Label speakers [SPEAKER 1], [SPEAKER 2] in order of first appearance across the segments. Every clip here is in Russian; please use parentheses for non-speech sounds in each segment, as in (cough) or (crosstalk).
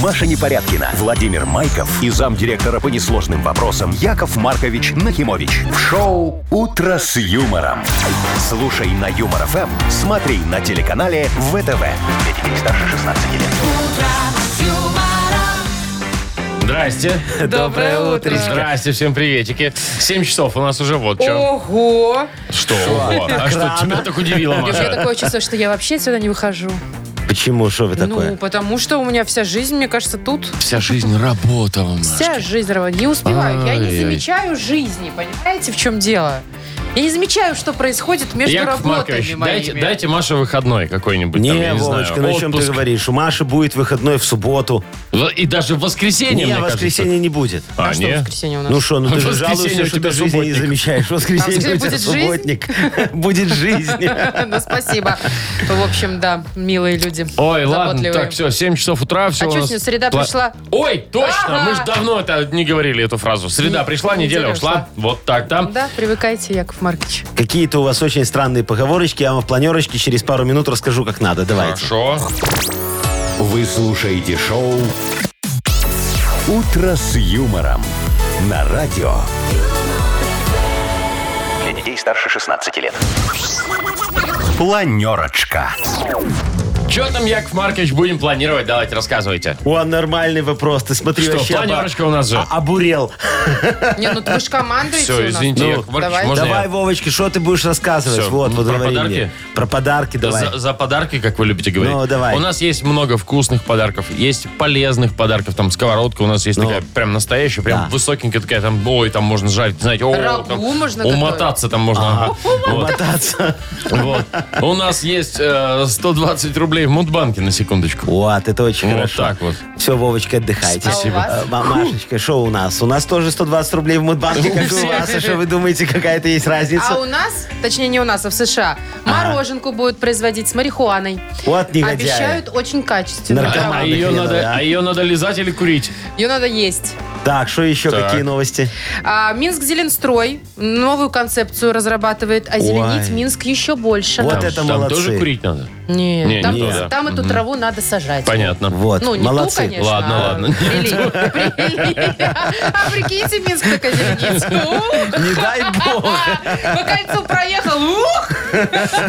[SPEAKER 1] Маша Непорядкина, Владимир Майков и замдиректора по несложным вопросам Яков Маркович Нахимович. В шоу «Утро с юмором». Слушай на Юмор ФМ, смотри на телеканале ВТВ. Для детей старше 16 лет.
[SPEAKER 2] Здрасте.
[SPEAKER 3] (laughs) Доброе утречко.
[SPEAKER 2] Здрасте, всем приветики. 7 часов у нас уже вот что.
[SPEAKER 3] Ого!
[SPEAKER 2] Что? вот. А что тебя так удивило,
[SPEAKER 3] У меня
[SPEAKER 2] Маша?
[SPEAKER 3] такое чувство, что я вообще сюда не выхожу.
[SPEAKER 4] Почему? Что вы
[SPEAKER 3] Ну,
[SPEAKER 4] такое?
[SPEAKER 3] потому что у меня вся жизнь, мне кажется, тут.
[SPEAKER 2] Вся жизнь работа у нас.
[SPEAKER 3] Вся жизнь, Роман, не успеваю. Я не
[SPEAKER 2] Ай-яй.
[SPEAKER 3] замечаю жизни, понимаете, в чем дело? Я не замечаю, что происходит между
[SPEAKER 2] Яков
[SPEAKER 3] работами
[SPEAKER 2] Маркович,
[SPEAKER 3] моими.
[SPEAKER 2] дайте, дайте Маше выходной какой-нибудь. там, я
[SPEAKER 4] не,
[SPEAKER 2] не знаю,
[SPEAKER 4] Вовочка, ну о чем ты
[SPEAKER 2] отпуск.
[SPEAKER 4] говоришь? У Маши будет выходной в субботу.
[SPEAKER 2] В- И даже в воскресенье,
[SPEAKER 4] не,
[SPEAKER 2] мне кажется.
[SPEAKER 4] воскресенье не будет.
[SPEAKER 2] А,
[SPEAKER 3] А что
[SPEAKER 2] не?
[SPEAKER 3] воскресенье у нас?
[SPEAKER 4] Ну что, ну ты же
[SPEAKER 2] Воскресенье
[SPEAKER 4] жалуешься,
[SPEAKER 2] у
[SPEAKER 4] что
[SPEAKER 2] тебя
[SPEAKER 4] ты жизни не
[SPEAKER 2] субботник.
[SPEAKER 4] замечаешь.
[SPEAKER 3] воскресенье
[SPEAKER 4] Воскресенье у тебя
[SPEAKER 3] будет жизнь?
[SPEAKER 4] субботник. (laughs) Будет
[SPEAKER 2] (laughs)
[SPEAKER 4] жизнь.
[SPEAKER 3] (laughs) Ну, спасибо. В общем, да, милые люди.
[SPEAKER 2] Ой, ладно,
[SPEAKER 3] Заботливые.
[SPEAKER 2] так, все, 7 часов утра, все
[SPEAKER 3] А чё с ней, среда пришла?
[SPEAKER 2] Ой, точно,
[SPEAKER 3] Ага.
[SPEAKER 2] мы же давно это не говорили эту фразу. Среда пришла, неделя
[SPEAKER 3] неделя
[SPEAKER 2] ушла,
[SPEAKER 3] ушла.
[SPEAKER 2] вот так там.
[SPEAKER 3] Да, привыкайте, Яков Маркович.
[SPEAKER 4] Какие-то у вас очень странные поговорочки. Я вам в планерочке через пару минут расскажу, как надо. Давайте.
[SPEAKER 2] Хорошо.
[SPEAKER 1] Вы слушаете шоу «Утро с юмором» на радио. Для детей старше 16 лет. Планерочка.
[SPEAKER 2] Че там, Яков Маркович, будем планировать? Давайте, рассказывайте.
[SPEAKER 4] О, нормальный вопрос. Ты смотри
[SPEAKER 2] Что,
[SPEAKER 4] вообще. оба-
[SPEAKER 2] планерочка у нас же.
[SPEAKER 4] а- обурел.
[SPEAKER 3] Не, ну вы же командуете у
[SPEAKER 2] Все,
[SPEAKER 3] нас.
[SPEAKER 2] извините,
[SPEAKER 3] Ну,
[SPEAKER 2] Яков Маркович,
[SPEAKER 3] давай.
[SPEAKER 2] можно я?
[SPEAKER 4] Давай, Вовочка, что ты будешь рассказывать?
[SPEAKER 2] Всё,
[SPEAKER 4] вот,
[SPEAKER 2] про
[SPEAKER 4] поговори
[SPEAKER 2] подарки?
[SPEAKER 4] мне. Про подарки
[SPEAKER 2] Да
[SPEAKER 4] давай.
[SPEAKER 2] За, за подарки, как вы любите говорить.
[SPEAKER 4] Ну, давай.
[SPEAKER 2] У нас есть много вкусных подарков, есть полезных подарков. Там сковородка у нас есть такая прям настоящая, прям
[SPEAKER 4] Ну. Да.
[SPEAKER 2] высокенькая такая, там, ой, там можно жарить, знаете, о,
[SPEAKER 3] Рагу
[SPEAKER 2] там
[SPEAKER 3] можно
[SPEAKER 2] умотаться там можно. ага. Вот.
[SPEAKER 4] Мотаться.
[SPEAKER 2] Вот. У нас есть э, 120 рублей в Мудбанке, на секундочку.
[SPEAKER 4] Вот, это а очень
[SPEAKER 2] Вот
[SPEAKER 4] хорошо.
[SPEAKER 2] так вот.
[SPEAKER 4] Все, Вовочка, отдыхайте.
[SPEAKER 3] Спасибо. А у вас?
[SPEAKER 4] Э, Ма- Машечка, что у нас? У нас тоже 120 рублей в Мудбанке, как и у вас. А что вы думаете, какая-то есть
[SPEAKER 3] А у
[SPEAKER 4] разница?
[SPEAKER 3] нас, точнее не у нас, а в США, мороженку будут производить с марихуаной.
[SPEAKER 4] Вот негодяи.
[SPEAKER 3] Обещают очень качественно.
[SPEAKER 4] Наркоманы.
[SPEAKER 2] А,
[SPEAKER 3] Роман.
[SPEAKER 4] Команда
[SPEAKER 2] ее
[SPEAKER 4] хрена,
[SPEAKER 2] надо,
[SPEAKER 4] да.
[SPEAKER 2] а ее надо лизать или курить?
[SPEAKER 3] Ее надо есть.
[SPEAKER 4] Так, что еще?
[SPEAKER 2] Так.
[SPEAKER 4] Какие новости?
[SPEAKER 3] А, Минск Зеленстрой новую концепцию разрабатывает, а зеленить
[SPEAKER 4] Ой.
[SPEAKER 3] Минск еще больше.
[SPEAKER 4] Вот
[SPEAKER 3] надо.
[SPEAKER 4] это
[SPEAKER 2] Там
[SPEAKER 4] молодцы.
[SPEAKER 2] тоже курить надо.
[SPEAKER 3] Нет,
[SPEAKER 2] Не,
[SPEAKER 3] там,
[SPEAKER 2] не то, да.
[SPEAKER 3] там эту траву надо сажать.
[SPEAKER 2] Понятно.
[SPEAKER 4] Вот,
[SPEAKER 3] Ну, не
[SPEAKER 4] молодцы.
[SPEAKER 3] ту, конечно.
[SPEAKER 2] Ладно,
[SPEAKER 3] а
[SPEAKER 2] ладно.
[SPEAKER 3] прили- прили. А прикиньте, Минск такая зеленится. Ух!
[SPEAKER 4] Не
[SPEAKER 3] (laughs)
[SPEAKER 4] дай бог.
[SPEAKER 3] По кольцу проехал. Ух!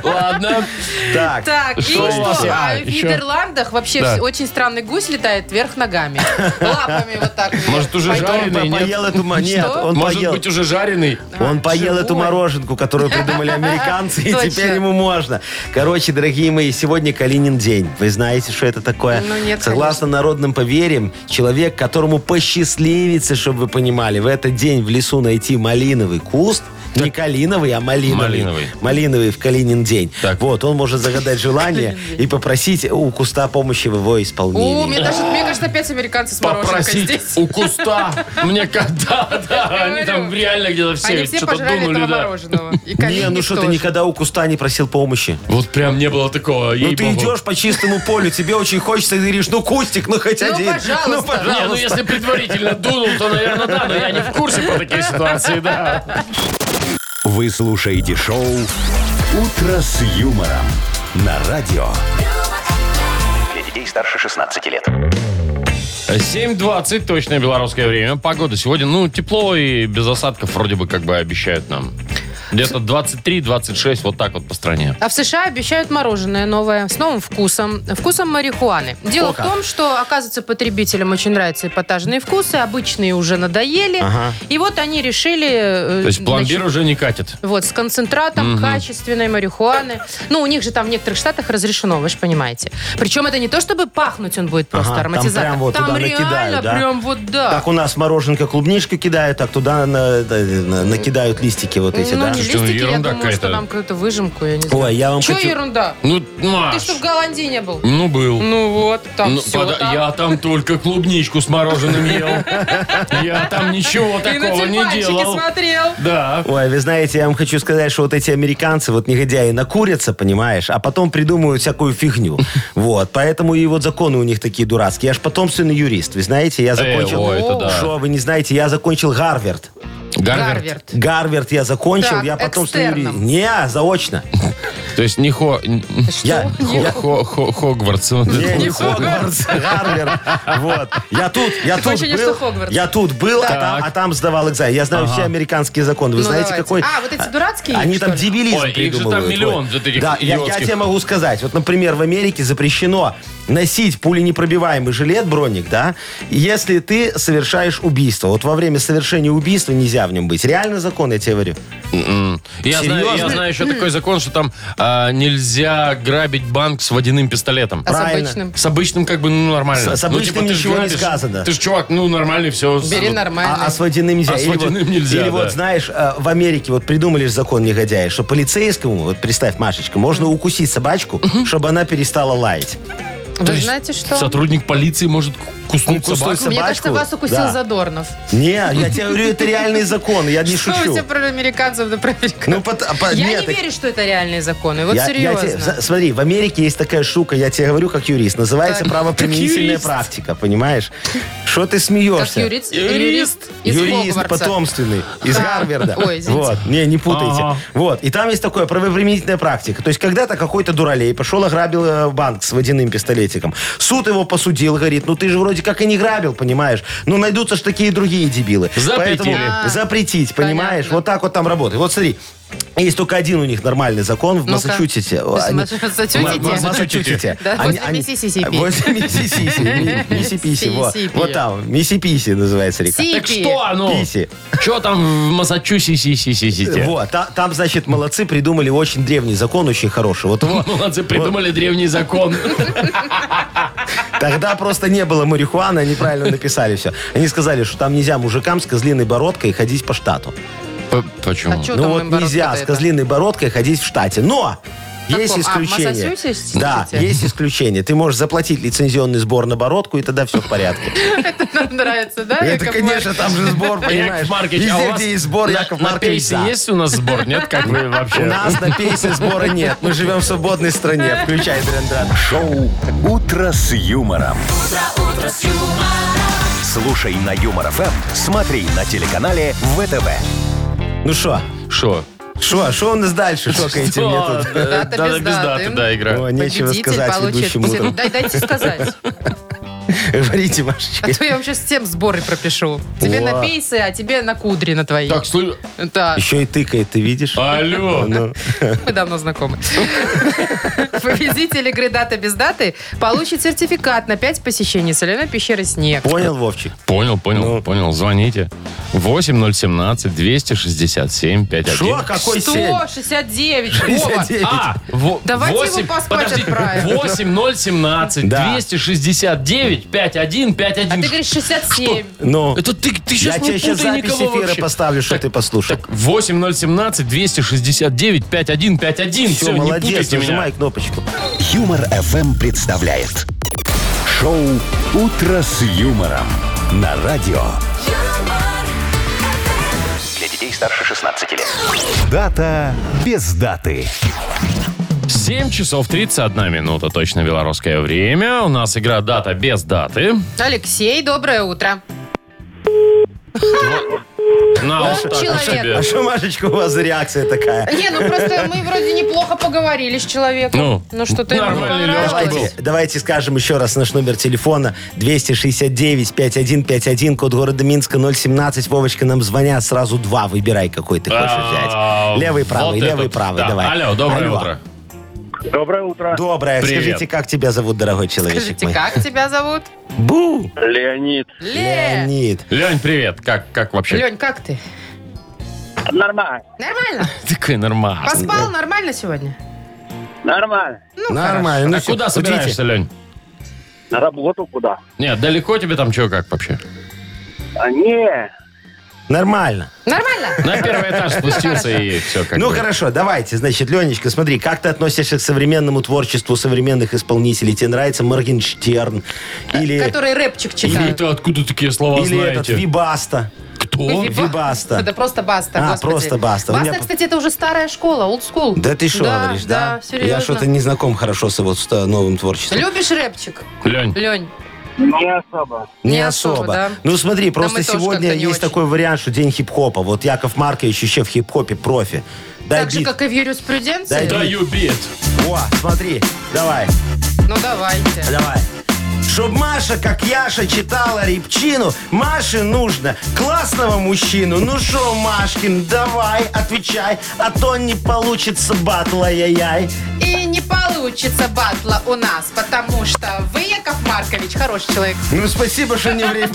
[SPEAKER 2] Ладно.
[SPEAKER 4] Так,
[SPEAKER 3] Так,
[SPEAKER 2] Что
[SPEAKER 3] и
[SPEAKER 2] у вас?
[SPEAKER 3] что?
[SPEAKER 2] А,
[SPEAKER 3] А, в
[SPEAKER 2] еще?
[SPEAKER 3] Нидерландах вообще
[SPEAKER 2] Да.
[SPEAKER 3] вс- очень странный гусь летает вверх ногами. Лапами вот так. вверх.
[SPEAKER 2] Может, уже
[SPEAKER 4] Кто он
[SPEAKER 2] жареный? Нет?
[SPEAKER 4] поел эту... мо- Нет,
[SPEAKER 3] Что?
[SPEAKER 4] он
[SPEAKER 2] Может
[SPEAKER 4] поел...
[SPEAKER 2] быть, уже жареный?
[SPEAKER 4] Он поел
[SPEAKER 3] А, живой.
[SPEAKER 4] эту мороженку, которую придумали американцы, и
[SPEAKER 3] Точно.
[SPEAKER 4] теперь ему можно. Короче, дорогие мои, сегодня Калинин день. Вы знаете, что это такое?
[SPEAKER 3] Ну, нет,
[SPEAKER 4] Согласно народным поверьям, человек, которому посчастливится, чтобы вы понимали, в этот день в лесу найти малиновый куст, не калиновый, а малиновый.
[SPEAKER 2] Малиновый.
[SPEAKER 4] Малиновый в Калинин день.
[SPEAKER 2] Так.
[SPEAKER 4] Вот, он может загадать желание и попросить у куста помощи в его
[SPEAKER 3] О, мне
[SPEAKER 4] исполнении.
[SPEAKER 3] даже, мне кажется, опять американцы с мороженкой
[SPEAKER 2] попросить
[SPEAKER 3] здесь.
[SPEAKER 2] у куста. Мне когда, да, они там реально где-то
[SPEAKER 3] Они
[SPEAKER 2] все
[SPEAKER 3] все
[SPEAKER 2] что-то
[SPEAKER 3] пожрали
[SPEAKER 2] думали,
[SPEAKER 3] этого
[SPEAKER 2] да.
[SPEAKER 3] мороженого. И
[SPEAKER 4] (laughs) Не, ну
[SPEAKER 3] калинник
[SPEAKER 4] что ты
[SPEAKER 3] тоже.
[SPEAKER 4] никогда у куста не просил помощи.
[SPEAKER 2] Вот прям не было такого,
[SPEAKER 4] Ну ты
[SPEAKER 2] ей-богу.
[SPEAKER 4] идешь по чистому полю, тебе очень хочется, и ты говоришь, ну кустик, ну хоть
[SPEAKER 3] Ну,
[SPEAKER 4] один.
[SPEAKER 3] пожалуйста.
[SPEAKER 4] Ну
[SPEAKER 2] Не, ну
[SPEAKER 4] пожалуйста.
[SPEAKER 2] если предварительно дунул, то, наверное, да, но я не в курсе по такие ситуации, да.
[SPEAKER 1] Вы слушаете шоу «Утро с юмором» на радио. Для детей старше 16 лет.
[SPEAKER 2] 7.20, точное белорусское время. Погода сегодня, ну, тепло и без осадков вроде бы как бы обещают нам. Где-то 23-26, вот так вот по стране.
[SPEAKER 3] А в США обещают мороженое новое с новым вкусом, вкусом марихуаны. Дело в том, что, оказывается, потребителям очень нравятся эпатажные вкусы, обычные уже надоели. И вот они решили... э,
[SPEAKER 2] То есть пломбир
[SPEAKER 3] значит,
[SPEAKER 2] уже не катит.
[SPEAKER 3] Вот, с концентратом качественной марихуаны. Ну, у них же там в некоторых штатах разрешено, вы же понимаете. Причем это не то, чтобы пахнуть он будет просто
[SPEAKER 4] Ага, там
[SPEAKER 3] ароматизатор.
[SPEAKER 4] прям вот туда
[SPEAKER 3] реально
[SPEAKER 4] накидают, да?
[SPEAKER 3] прям вот да.
[SPEAKER 4] Как у нас мороженка клубничка кидают, так туда на- на- на- накидают листики вот эти,
[SPEAKER 3] ну,
[SPEAKER 4] да?
[SPEAKER 3] не
[SPEAKER 2] Слушайте, ну,
[SPEAKER 3] листики, я
[SPEAKER 2] ерунда
[SPEAKER 3] думаю,
[SPEAKER 2] какая-то.
[SPEAKER 3] что нам какую-то выжимку, я не знаю.
[SPEAKER 4] Ой, я вам
[SPEAKER 3] Че
[SPEAKER 4] хочу...
[SPEAKER 3] ерунда?
[SPEAKER 2] Ну,
[SPEAKER 3] Ты
[SPEAKER 2] Маш,
[SPEAKER 3] что, в Голландии не был?
[SPEAKER 2] ну был.
[SPEAKER 3] Ну вот, там
[SPEAKER 2] Ну,
[SPEAKER 3] все.
[SPEAKER 2] пода- Я там только клубничку с мороженым ел. Я там ничего такого не делал.
[SPEAKER 3] смотрел.
[SPEAKER 2] Да.
[SPEAKER 4] Ой, вы знаете, я вам хочу сказать, что вот эти американцы, вот негодяи, накурятся, понимаешь, а потом придумывают всякую (laughs) фигню. Вот, поэтому и вот законы у них такие дурацкие. Я ж потомственный юрист, вы знаете, я закончил...
[SPEAKER 2] о, это да.
[SPEAKER 4] Что, вы не знаете, я закончил Гарвард.
[SPEAKER 2] Гарвард.
[SPEAKER 3] Гарверт.
[SPEAKER 4] Гарвард я закончил,
[SPEAKER 3] Так,
[SPEAKER 4] я потом...
[SPEAKER 3] экстерном.
[SPEAKER 4] Не, заочно.
[SPEAKER 2] То есть не хо... н-
[SPEAKER 3] Что?
[SPEAKER 4] Я-
[SPEAKER 3] Не-
[SPEAKER 2] хо- хо- хо- Хогвартс. вот это
[SPEAKER 4] Не,
[SPEAKER 2] вот.
[SPEAKER 4] не
[SPEAKER 3] Хогвартс.
[SPEAKER 4] Хогвартс, Гарвард. Вот. Я тут,
[SPEAKER 3] Такое
[SPEAKER 4] я тут
[SPEAKER 3] ощущение,
[SPEAKER 4] был.
[SPEAKER 3] что Хогвартс.
[SPEAKER 4] Я тут был, а там, а там сдавал экзамен. Я знаю все американские законы. Вы
[SPEAKER 3] Ну,
[SPEAKER 4] знаете,
[SPEAKER 3] давайте.
[SPEAKER 4] какой...
[SPEAKER 3] А, вот эти дурацкие,
[SPEAKER 4] Они
[SPEAKER 3] что
[SPEAKER 4] там
[SPEAKER 3] ли?
[SPEAKER 4] дебилизм
[SPEAKER 2] Ой, их же там
[SPEAKER 4] придумывают.
[SPEAKER 2] миллион
[SPEAKER 4] Ой.
[SPEAKER 2] же таких
[SPEAKER 4] Да, я- я
[SPEAKER 2] идиотских.
[SPEAKER 4] тебе могу сказать. Вот, например, в Америке запрещено носить пуленепробиваемый жилет, броник, да, если ты совершаешь убийство. Вот во время совершения убийства нельзя в нем быть. Реально закон, я тебе говорю.
[SPEAKER 2] Я знаю, я
[SPEAKER 4] Серьезно?
[SPEAKER 2] знаю еще такой закон, что там а, нельзя грабить банк с водяным пистолетом.
[SPEAKER 3] А с
[SPEAKER 4] правильно.
[SPEAKER 3] обычным?
[SPEAKER 2] С обычным как бы ну нормально.
[SPEAKER 4] С- с обычным
[SPEAKER 2] ну, типа, ты ж
[SPEAKER 4] ничего не
[SPEAKER 2] грабишь.
[SPEAKER 4] сказано.
[SPEAKER 2] Ты же чувак, ну нормальный, все.
[SPEAKER 3] Бери нормально.
[SPEAKER 4] А, а с водяным нельзя.
[SPEAKER 2] А с
[SPEAKER 4] Или вот-
[SPEAKER 2] водяным нельзя,
[SPEAKER 4] Или
[SPEAKER 2] да.
[SPEAKER 4] вот, знаешь, э, в Америке вот придумали же закон негодяи, что полицейскому, вот представь, Машечка, можно укусить собачку, чтобы она перестала лаять.
[SPEAKER 3] Вы знаете что?
[SPEAKER 2] Сотрудник полиции может ку- куснуть
[SPEAKER 4] Кусной
[SPEAKER 2] собаку.
[SPEAKER 4] собаку.
[SPEAKER 3] Мне кажется,
[SPEAKER 4] собачку?
[SPEAKER 3] вас укусил
[SPEAKER 4] Да.
[SPEAKER 3] Задорнов.
[SPEAKER 4] Не, я тебе говорю, это реальный закон, я не
[SPEAKER 3] Что вы
[SPEAKER 4] шучу.
[SPEAKER 3] все про американцев, да про американцев?
[SPEAKER 4] Ну, пот- по-
[SPEAKER 3] Я
[SPEAKER 4] нет,
[SPEAKER 3] не
[SPEAKER 4] так-
[SPEAKER 3] верю, что это реальные законы. Вот
[SPEAKER 4] Я- я тебе-
[SPEAKER 3] серьезно.
[SPEAKER 4] за- смотри, в Америке есть такая штука, я тебе говорю как юрист, называется
[SPEAKER 3] Так,
[SPEAKER 4] правоприменительная
[SPEAKER 3] юрист.
[SPEAKER 4] практика, понимаешь? Что ты
[SPEAKER 3] Как
[SPEAKER 4] смеешься?
[SPEAKER 3] юрист, юрист из
[SPEAKER 4] Юрист
[SPEAKER 3] Хогвартса.
[SPEAKER 4] потомственный, из
[SPEAKER 3] А.
[SPEAKER 4] Гарварда.
[SPEAKER 3] Ой, извините.
[SPEAKER 4] вот, не, не путайте.
[SPEAKER 2] Ага.
[SPEAKER 4] Вот, и там есть такое правоприменительная практика. То есть когда-то какой-то дуралей пошел ограбил э, банк с водяным пистолетиком. Суд его посудил, говорит, ну ты же вроде как и не грабил, понимаешь? Ну найдутся ж такие другие дебилы.
[SPEAKER 2] Запретили.
[SPEAKER 4] Поэтому
[SPEAKER 3] А.
[SPEAKER 4] запретить, понимаешь?
[SPEAKER 3] Понятно.
[SPEAKER 4] Вот так вот там работает. Вот смотри, есть только один у них нормальный закон в
[SPEAKER 3] Ну-ка.
[SPEAKER 4] Массачусетсе.
[SPEAKER 3] Вы с
[SPEAKER 4] Они-
[SPEAKER 3] Массачусетсе?
[SPEAKER 4] Ма- Ма- Массачусетсе.
[SPEAKER 3] Да,
[SPEAKER 4] Они-
[SPEAKER 3] возле
[SPEAKER 4] они-
[SPEAKER 3] Миссисипи.
[SPEAKER 4] Возле Миссисипи. Ми- Миссиписи, вот.
[SPEAKER 3] Миссисипи.
[SPEAKER 4] Вот там, Миссиписи называется река.
[SPEAKER 3] Си-
[SPEAKER 2] Так
[SPEAKER 3] Пипи.
[SPEAKER 2] что оно?
[SPEAKER 4] Писи.
[SPEAKER 2] Что там в Массачусетсе?
[SPEAKER 4] Вот, та- там, значит, молодцы придумали очень древний закон, очень хороший. Вот его
[SPEAKER 2] Молодцы, Ну, придумали древний закон.
[SPEAKER 4] тогда просто не было марихуаны,
[SPEAKER 2] (laughs)
[SPEAKER 4] они правильно написали все. Они сказали, что там нельзя мужикам с козлиной бородкой ходить по штату.
[SPEAKER 2] П- Почему?
[SPEAKER 3] А чё там
[SPEAKER 4] Ну вот
[SPEAKER 3] им бороться-то
[SPEAKER 4] нельзя с
[SPEAKER 3] это?
[SPEAKER 4] козлиной бородкой ходить в штате. Но есть
[SPEAKER 3] Каком? А,
[SPEAKER 4] исключение.
[SPEAKER 3] Массачусетсе?
[SPEAKER 4] да, есть исключение. Ты можешь заплатить лицензионный сбор на бородку, и тогда все в порядке.
[SPEAKER 2] (laughs)
[SPEAKER 3] Нам нравится, да?
[SPEAKER 4] Это,
[SPEAKER 3] Яков
[SPEAKER 4] конечно, там же сбор, понимаешь.
[SPEAKER 2] Яков Маркович, а у
[SPEAKER 4] Везде,
[SPEAKER 2] вас
[SPEAKER 4] где есть сбор,
[SPEAKER 2] на-
[SPEAKER 4] Яков
[SPEAKER 2] на
[SPEAKER 4] Маркович
[SPEAKER 2] пейсе
[SPEAKER 4] за.
[SPEAKER 2] есть у нас сбор? Нет? Как вы вообще?
[SPEAKER 4] У нас на пейсе сбора нет. Мы живем в свободной стране. Включай, Дрендрат.
[SPEAKER 1] Шоу «Утро с юмором». Слушай на Юмор ФМ, смотри на телеканале ВТВ.
[SPEAKER 4] Ну что?
[SPEAKER 2] Что?
[SPEAKER 4] Что? Что у нас дальше? Шокаете мне
[SPEAKER 2] Да,
[SPEAKER 4] тут?
[SPEAKER 2] э, да,
[SPEAKER 3] Дата
[SPEAKER 2] да,
[SPEAKER 3] без
[SPEAKER 2] без даты,
[SPEAKER 3] даты.
[SPEAKER 2] да,
[SPEAKER 4] О,
[SPEAKER 2] игра.
[SPEAKER 4] нечего
[SPEAKER 3] Победитель
[SPEAKER 4] сказать
[SPEAKER 3] получит...
[SPEAKER 4] ведущему.
[SPEAKER 3] пи-
[SPEAKER 4] утром.
[SPEAKER 3] Дай, дайте
[SPEAKER 4] (laughs)
[SPEAKER 3] сказать.
[SPEAKER 4] Говорите,
[SPEAKER 3] А
[SPEAKER 4] Машечка.
[SPEAKER 3] то я вам сейчас всем сборы пропишу. Тебе
[SPEAKER 4] Во.
[SPEAKER 3] на пейсы, а тебе на кудри на твои.
[SPEAKER 2] Так, слу-
[SPEAKER 3] Да,
[SPEAKER 4] Еще и тыкает, ты видишь?
[SPEAKER 2] А, Алло.
[SPEAKER 4] Ну,
[SPEAKER 3] мы давно знакомы. (laughs) Победитель игры «Дата без даты» получит сертификат на 5 посещений соляной пещеры «Снег».
[SPEAKER 4] понял, Вовчик?
[SPEAKER 2] Понял, понял,
[SPEAKER 4] Ну.
[SPEAKER 2] понял. Звоните. 8017 267 51.
[SPEAKER 4] Что? Какой семь?
[SPEAKER 3] Что? 69? Вова,
[SPEAKER 4] 59.
[SPEAKER 2] А, во-
[SPEAKER 3] Давайте
[SPEAKER 2] восемь-
[SPEAKER 3] его поспать
[SPEAKER 2] подожди,
[SPEAKER 3] отправим.
[SPEAKER 2] 8017
[SPEAKER 4] Да.
[SPEAKER 2] 269 51 51.
[SPEAKER 3] А ты говоришь 67.
[SPEAKER 4] Ну,
[SPEAKER 2] Это ты, ты сейчас
[SPEAKER 4] я
[SPEAKER 2] не
[SPEAKER 4] тебе сейчас
[SPEAKER 2] путай
[SPEAKER 4] запись
[SPEAKER 2] никого
[SPEAKER 4] эфира
[SPEAKER 2] вообще.
[SPEAKER 4] поставлю, что ты послушал.
[SPEAKER 2] 8017 269 5151. Все,
[SPEAKER 4] Все,
[SPEAKER 2] не
[SPEAKER 4] молодец,
[SPEAKER 2] путайте меня.
[SPEAKER 4] нажимай кнопочку.
[SPEAKER 1] Юмор ФМ представляет. Шоу «Утро с юмором» на радио.
[SPEAKER 5] Для детей старше 16 лет.
[SPEAKER 1] Дата без даты.
[SPEAKER 2] 7 часов 31 минута, точно белорусское время. У нас игра «Дата без даты».
[SPEAKER 3] Алексей, доброе утро.
[SPEAKER 2] На,
[SPEAKER 3] Он
[SPEAKER 2] вот так вот
[SPEAKER 3] человек.
[SPEAKER 2] себе.
[SPEAKER 4] А что, Машечка, у вас за реакция такая?
[SPEAKER 3] Не, ну просто мы вроде неплохо поговорили с человеком.
[SPEAKER 2] Ну,
[SPEAKER 3] ну что-то ему не
[SPEAKER 2] нормальный
[SPEAKER 3] понравилось.
[SPEAKER 2] Лёшка был.
[SPEAKER 4] Давайте, давайте скажем еще раз наш номер телефона 269-5151, код города Минска 017. Вовочка, нам звонят сразу два. Выбирай, какой ты хочешь
[SPEAKER 2] А,
[SPEAKER 4] взять. Левый, правый,
[SPEAKER 2] вот
[SPEAKER 4] левый,
[SPEAKER 2] этот,
[SPEAKER 4] правый.
[SPEAKER 2] да.
[SPEAKER 4] Давай.
[SPEAKER 2] Алло, доброе
[SPEAKER 4] Алло.
[SPEAKER 2] утро.
[SPEAKER 6] Доброе утро.
[SPEAKER 4] Доброе.
[SPEAKER 2] Привет.
[SPEAKER 4] Скажите, как тебя зовут, дорогой человечек
[SPEAKER 3] Скажите,
[SPEAKER 4] мой?
[SPEAKER 3] как тебя зовут?
[SPEAKER 4] Бу!
[SPEAKER 6] Леонид.
[SPEAKER 3] Ле.
[SPEAKER 4] Леонид.
[SPEAKER 2] Лень, привет. Как, как вообще?
[SPEAKER 3] Лень, как ты?
[SPEAKER 6] Нормально.
[SPEAKER 4] (laughs)
[SPEAKER 3] Нормально?
[SPEAKER 2] Такой
[SPEAKER 4] А
[SPEAKER 2] нормальный.
[SPEAKER 3] Поспал нормально сегодня?
[SPEAKER 6] Нормально.
[SPEAKER 3] Ну,
[SPEAKER 4] Нормально. ну
[SPEAKER 2] а
[SPEAKER 4] всё,
[SPEAKER 2] куда
[SPEAKER 4] идите.
[SPEAKER 2] собираешься, Лень?
[SPEAKER 6] На работу куда?
[SPEAKER 2] Нет, далеко тебе там что, как вообще?
[SPEAKER 6] А, не.
[SPEAKER 4] Нормально.
[SPEAKER 3] Нормально?
[SPEAKER 2] На первый
[SPEAKER 4] (laughs)
[SPEAKER 2] этаж спустился и все как
[SPEAKER 4] ну
[SPEAKER 2] бы.
[SPEAKER 4] хорошо, давайте. Значит, Ленечка, смотри, как ты относишься к современному творчеству современных исполнителей? Тебе нравится Моргенштерн? Или,
[SPEAKER 3] Э, Который рэпчик
[SPEAKER 2] Или
[SPEAKER 3] читает.
[SPEAKER 2] это откуда такие слова
[SPEAKER 4] или этот
[SPEAKER 2] знаете?
[SPEAKER 4] Вибаста?
[SPEAKER 2] Кто?
[SPEAKER 3] Виба-
[SPEAKER 4] Вибаста.
[SPEAKER 3] Это просто баста,
[SPEAKER 4] А,
[SPEAKER 3] господи.
[SPEAKER 4] просто баста. У
[SPEAKER 3] Баста,
[SPEAKER 4] меня-
[SPEAKER 3] кстати, это уже старая школа, олдскул.
[SPEAKER 4] Да ты что
[SPEAKER 3] Да,
[SPEAKER 4] говоришь,
[SPEAKER 3] да,
[SPEAKER 4] да?
[SPEAKER 3] серьезно.
[SPEAKER 4] Я что-то не знаком хорошо с его с, э, новым творчеством.
[SPEAKER 3] Любишь рэпчик,
[SPEAKER 2] Лень,
[SPEAKER 3] Лень?
[SPEAKER 6] Не особо.
[SPEAKER 3] не особо, да.
[SPEAKER 4] Ну смотри, просто
[SPEAKER 3] мы тоже
[SPEAKER 4] сегодня
[SPEAKER 3] как-то не
[SPEAKER 4] есть
[SPEAKER 3] очень.
[SPEAKER 4] такой вариант, что день хип-хопа. Вот Яков Маркович еще в хип-хопе профи. Дай
[SPEAKER 3] так же,
[SPEAKER 4] бит.
[SPEAKER 3] как и в юриспруденции?
[SPEAKER 4] Дай бит.
[SPEAKER 2] Даю бит.
[SPEAKER 4] Во, смотри, давай,
[SPEAKER 3] Ну, давайте.
[SPEAKER 4] давай. Чтоб Маша, как Яша, читала репчину, Маше нужно классного мужчину. Ну шо, Машкин, давай, отвечай, а то не получится батла, яй-яй.
[SPEAKER 3] И не получится батла у нас, потому что вы, Яков Маркович, хороший человек.
[SPEAKER 4] Ну спасибо, что не
[SPEAKER 3] (laughs)
[SPEAKER 4] время.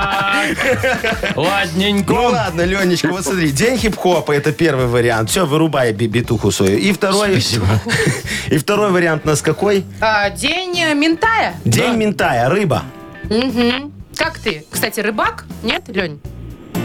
[SPEAKER 2] Так. Ладненько.
[SPEAKER 4] Ну ладно, Ленечка, вот смотри, день хип-хопа это первый вариант. Все, вырубай би- битуху свою. И второй.
[SPEAKER 2] (laughs)
[SPEAKER 4] (laughs) И второй вариант у нас какой?
[SPEAKER 3] А, день э, ментая?
[SPEAKER 4] День ментая, рыба.
[SPEAKER 3] Мгм. Как ты? Кстати, рыбак? Нет, Лень?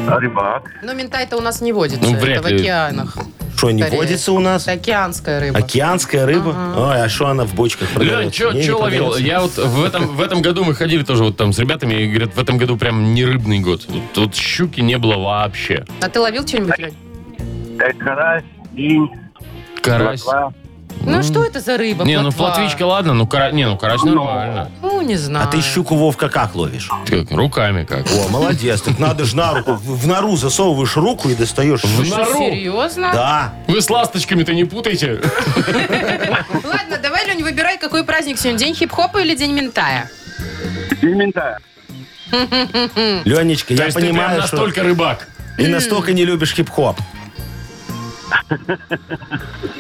[SPEAKER 6] Рыбак.
[SPEAKER 3] Но ментай-то у нас не водится.
[SPEAKER 2] Ну, вряд
[SPEAKER 3] это
[SPEAKER 2] ли.
[SPEAKER 3] в океанах.
[SPEAKER 4] Что, не
[SPEAKER 3] Скорее.
[SPEAKER 4] водится у нас?
[SPEAKER 3] Это океанская рыба.
[SPEAKER 4] Океанская рыба? Ой, а что она в бочках продается?
[SPEAKER 2] Лен, что
[SPEAKER 4] Не, не
[SPEAKER 2] ловил?
[SPEAKER 4] продается.
[SPEAKER 2] Я вот в этом, в этом году мы ходили тоже вот там с ребятами, и говорят, в этом году прям не рыбный год. Вот, вот щуки не было вообще.
[SPEAKER 3] А ты ловил что-нибудь, Лень?
[SPEAKER 6] Как карась, линь,
[SPEAKER 2] Карась.
[SPEAKER 6] плотва.
[SPEAKER 3] Ну, что это за рыба?
[SPEAKER 2] Не, ну
[SPEAKER 3] плотва?
[SPEAKER 2] плотвичка, ладно, ну карась, не, ну карась нормально.
[SPEAKER 3] Ну, не
[SPEAKER 4] А
[SPEAKER 3] знаю.
[SPEAKER 4] ты щуку Вовка как ловишь?
[SPEAKER 2] Так, руками как.
[SPEAKER 4] О, молодец. Так надо же на руку. В в нору засовываешь руку и достаешь.
[SPEAKER 2] В
[SPEAKER 3] Что,
[SPEAKER 2] нору.
[SPEAKER 3] Серьезно?
[SPEAKER 4] Да.
[SPEAKER 2] Вы с ласточками-то не путайте.
[SPEAKER 3] Ладно, давай, Лень, выбирай, какой праздник сегодня. День хип-хопа или день ментая?
[SPEAKER 6] День мента.
[SPEAKER 4] Ленечка,
[SPEAKER 2] (laughs) То
[SPEAKER 4] я
[SPEAKER 2] есть ты прям
[SPEAKER 4] понимаю, что
[SPEAKER 2] настолько рыбак.
[SPEAKER 4] ты настолько не любишь хип-хоп.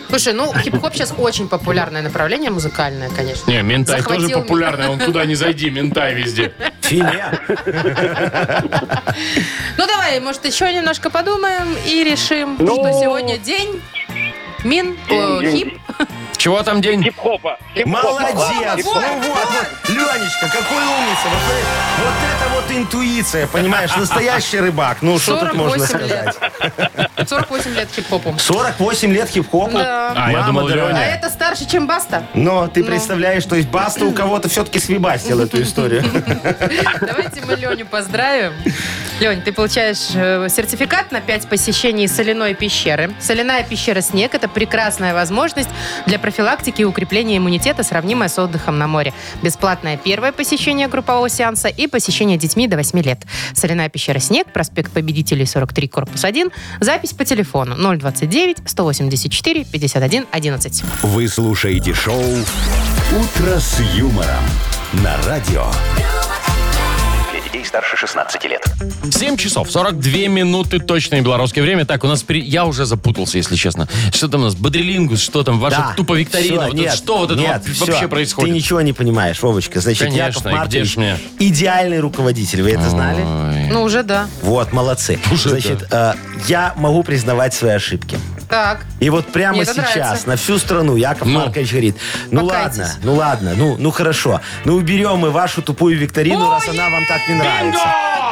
[SPEAKER 3] Слушай, ну, хип-хоп сейчас очень популярное направление музыкальное, конечно.
[SPEAKER 2] Не, ментай
[SPEAKER 3] Захватил
[SPEAKER 2] тоже
[SPEAKER 3] меня.
[SPEAKER 2] популярный, он туда не зайди, ментай везде.
[SPEAKER 4] Финя.
[SPEAKER 3] Ну, давай, может, еще немножко подумаем и решим,
[SPEAKER 2] Ну.
[SPEAKER 3] что сегодня день мин... о, хип...
[SPEAKER 2] Чего там день?
[SPEAKER 6] Хип-хопа.
[SPEAKER 3] Вот,
[SPEAKER 4] Молодец! ну вот, вот. Ленечка, какой умница! Вот, это- вот это вот интуиция, понимаешь? Настоящий рыбак. Ну, что тут можно
[SPEAKER 3] 48 лет.
[SPEAKER 4] сказать?
[SPEAKER 3] 48 лет хип-хопу.
[SPEAKER 4] 48 лет хип-хопу?
[SPEAKER 3] Да.
[SPEAKER 2] А, я
[SPEAKER 4] Мама
[SPEAKER 2] думал,
[SPEAKER 3] А
[SPEAKER 4] дорогая.
[SPEAKER 2] Леня.
[SPEAKER 3] это старше, чем Баста.
[SPEAKER 4] Но ты представляешь, то есть Баста у кого-то все-таки свибастил эту
[SPEAKER 3] (laughs)
[SPEAKER 4] историю.
[SPEAKER 3] Давайте мы Леню поздравим. Лень, ты получаешь э, сертификат на 5 посещений соляной пещеры. Соляная пещера «Снег» — это прекрасная возможность для профилактики и укрепления иммунитета, сравнимая с отдыхом на море. Бесплатное первое посещение группового сеанса и посещение детьми до 8 лет. Соляная пещера «Снег», проспект Победителей, 43, корпус 1. Запись по телефону 029-184-51-11.
[SPEAKER 1] Вы слушаете шоу «Утро с юмором» на радио.
[SPEAKER 5] Для детей старше 16 лет.
[SPEAKER 2] 7 часов 42 минуты точное белорусское время. Так, у нас... при- Я уже запутался, если честно. Что там у нас? Бодрилингус, что там? Ваша
[SPEAKER 4] Да.
[SPEAKER 2] тупо викторина.
[SPEAKER 4] Всё,
[SPEAKER 2] Вот это
[SPEAKER 4] нет,
[SPEAKER 2] что вот это
[SPEAKER 4] нет,
[SPEAKER 2] во-
[SPEAKER 4] всё.
[SPEAKER 2] вообще происходит?
[SPEAKER 4] Ты ничего не понимаешь, Вовочка. Значит,
[SPEAKER 2] Конечно,
[SPEAKER 4] Яков
[SPEAKER 2] и где
[SPEAKER 4] Маркович
[SPEAKER 2] ж мне? А.
[SPEAKER 4] идеальный руководитель. Вы это знали?
[SPEAKER 3] Ну, уже да.
[SPEAKER 4] Вот, молодцы.
[SPEAKER 2] Уже
[SPEAKER 4] Значит, э, я могу признавать свои ошибки.
[SPEAKER 3] Так.
[SPEAKER 4] И вот прямо
[SPEAKER 3] Мне это
[SPEAKER 4] сейчас
[SPEAKER 3] нравится.
[SPEAKER 4] на всю страну Яков
[SPEAKER 2] Ну.
[SPEAKER 4] Маркович говорит, ну
[SPEAKER 3] Покайтесь.
[SPEAKER 4] ладно, ну ладно, ну, ну хорошо, ну уберем мы вашу тупую викторину, раз она вам так не нравится.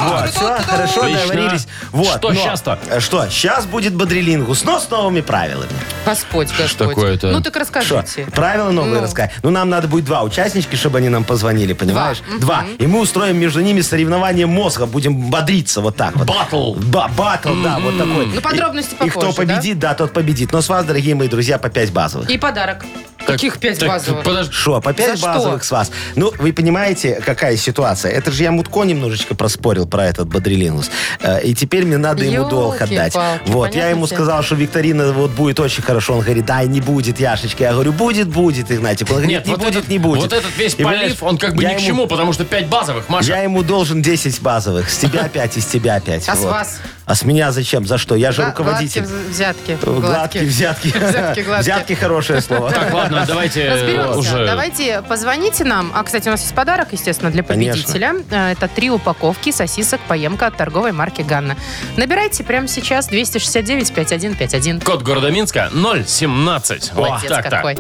[SPEAKER 4] Вот, все, хорошо,
[SPEAKER 2] Отлично.
[SPEAKER 4] договорились. Вот,
[SPEAKER 2] Что
[SPEAKER 4] но-
[SPEAKER 2] щас-то?
[SPEAKER 4] э, Что, сейчас будет бодрелингус, но с новыми правилами.
[SPEAKER 3] Господь, Господь.
[SPEAKER 2] такое-то?
[SPEAKER 3] Ну, так
[SPEAKER 4] Что,
[SPEAKER 3] расскажите.
[SPEAKER 4] правила новые
[SPEAKER 3] Ну.
[SPEAKER 4] рассказать? Ну, нам надо будет два участнички, чтобы они нам позвонили, понимаешь? Два. И мы устроим между ними соревнование мозга, будем бодриться вот так вот.
[SPEAKER 2] Баттл.
[SPEAKER 4] Ба- баттл, да, вот такой.
[SPEAKER 3] Ну, подробности
[SPEAKER 4] И, и кто
[SPEAKER 3] попозже, да?
[SPEAKER 4] победит, да? тот победит. Но с вас, дорогие мои друзья, по 5 базовых.
[SPEAKER 3] И подарок. Каких пять
[SPEAKER 2] Так,
[SPEAKER 3] базовых?
[SPEAKER 2] Подожди.
[SPEAKER 4] Шо, по 5
[SPEAKER 3] За
[SPEAKER 4] базовых
[SPEAKER 3] что?
[SPEAKER 4] с вас. Ну, вы понимаете, какая ситуация? Это же я Мутко немножечко проспорил про этот бодрелинус. Э, И теперь мне надо ему долг отдать.
[SPEAKER 3] Ёлки-палки,
[SPEAKER 4] вот, я
[SPEAKER 3] понятно
[SPEAKER 4] ему
[SPEAKER 3] всё.
[SPEAKER 4] сказал, что викторина вот будет очень хорошо. Он говорит, да, не будет, Яшечка. Я говорю, будет, будет, Игнатик. Он говорит,
[SPEAKER 2] Нет,
[SPEAKER 4] не
[SPEAKER 2] вот
[SPEAKER 4] будет,
[SPEAKER 2] этот,
[SPEAKER 4] не будет.
[SPEAKER 2] Вот этот весь
[SPEAKER 4] И, понимаешь,
[SPEAKER 2] полив, он как бы ни
[SPEAKER 4] я
[SPEAKER 2] к
[SPEAKER 4] ему-
[SPEAKER 2] чему, потому что 5 базовых, Маша.
[SPEAKER 4] Я ему должен 10 базовых.
[SPEAKER 2] (laughs)
[SPEAKER 4] С тебя 5, из тебя 5.
[SPEAKER 3] А с вас?
[SPEAKER 4] А с меня зачем? За что? Я же
[SPEAKER 3] Гла-
[SPEAKER 4] руководитель.
[SPEAKER 3] Гладкие взятки.
[SPEAKER 4] Э, Гладкие
[SPEAKER 3] (laughs)
[SPEAKER 4] взятки.
[SPEAKER 3] Взятки гладкие.
[SPEAKER 4] Взятки хорошее слово.
[SPEAKER 2] Так,
[SPEAKER 4] (laughs)
[SPEAKER 2] ладно, давайте
[SPEAKER 3] Разберемся.
[SPEAKER 2] э, уже...
[SPEAKER 3] Давайте позвоните нам. А, кстати, у нас есть подарок, естественно, для
[SPEAKER 4] Конечно.
[SPEAKER 3] победителя. Э, Это три упаковки сосисок поемка от торговой марки «Ганна». Набирайте прямо сейчас 269-5151.
[SPEAKER 2] Код города Минска 017. О,
[SPEAKER 3] Молодец
[SPEAKER 2] так, так.
[SPEAKER 3] какой.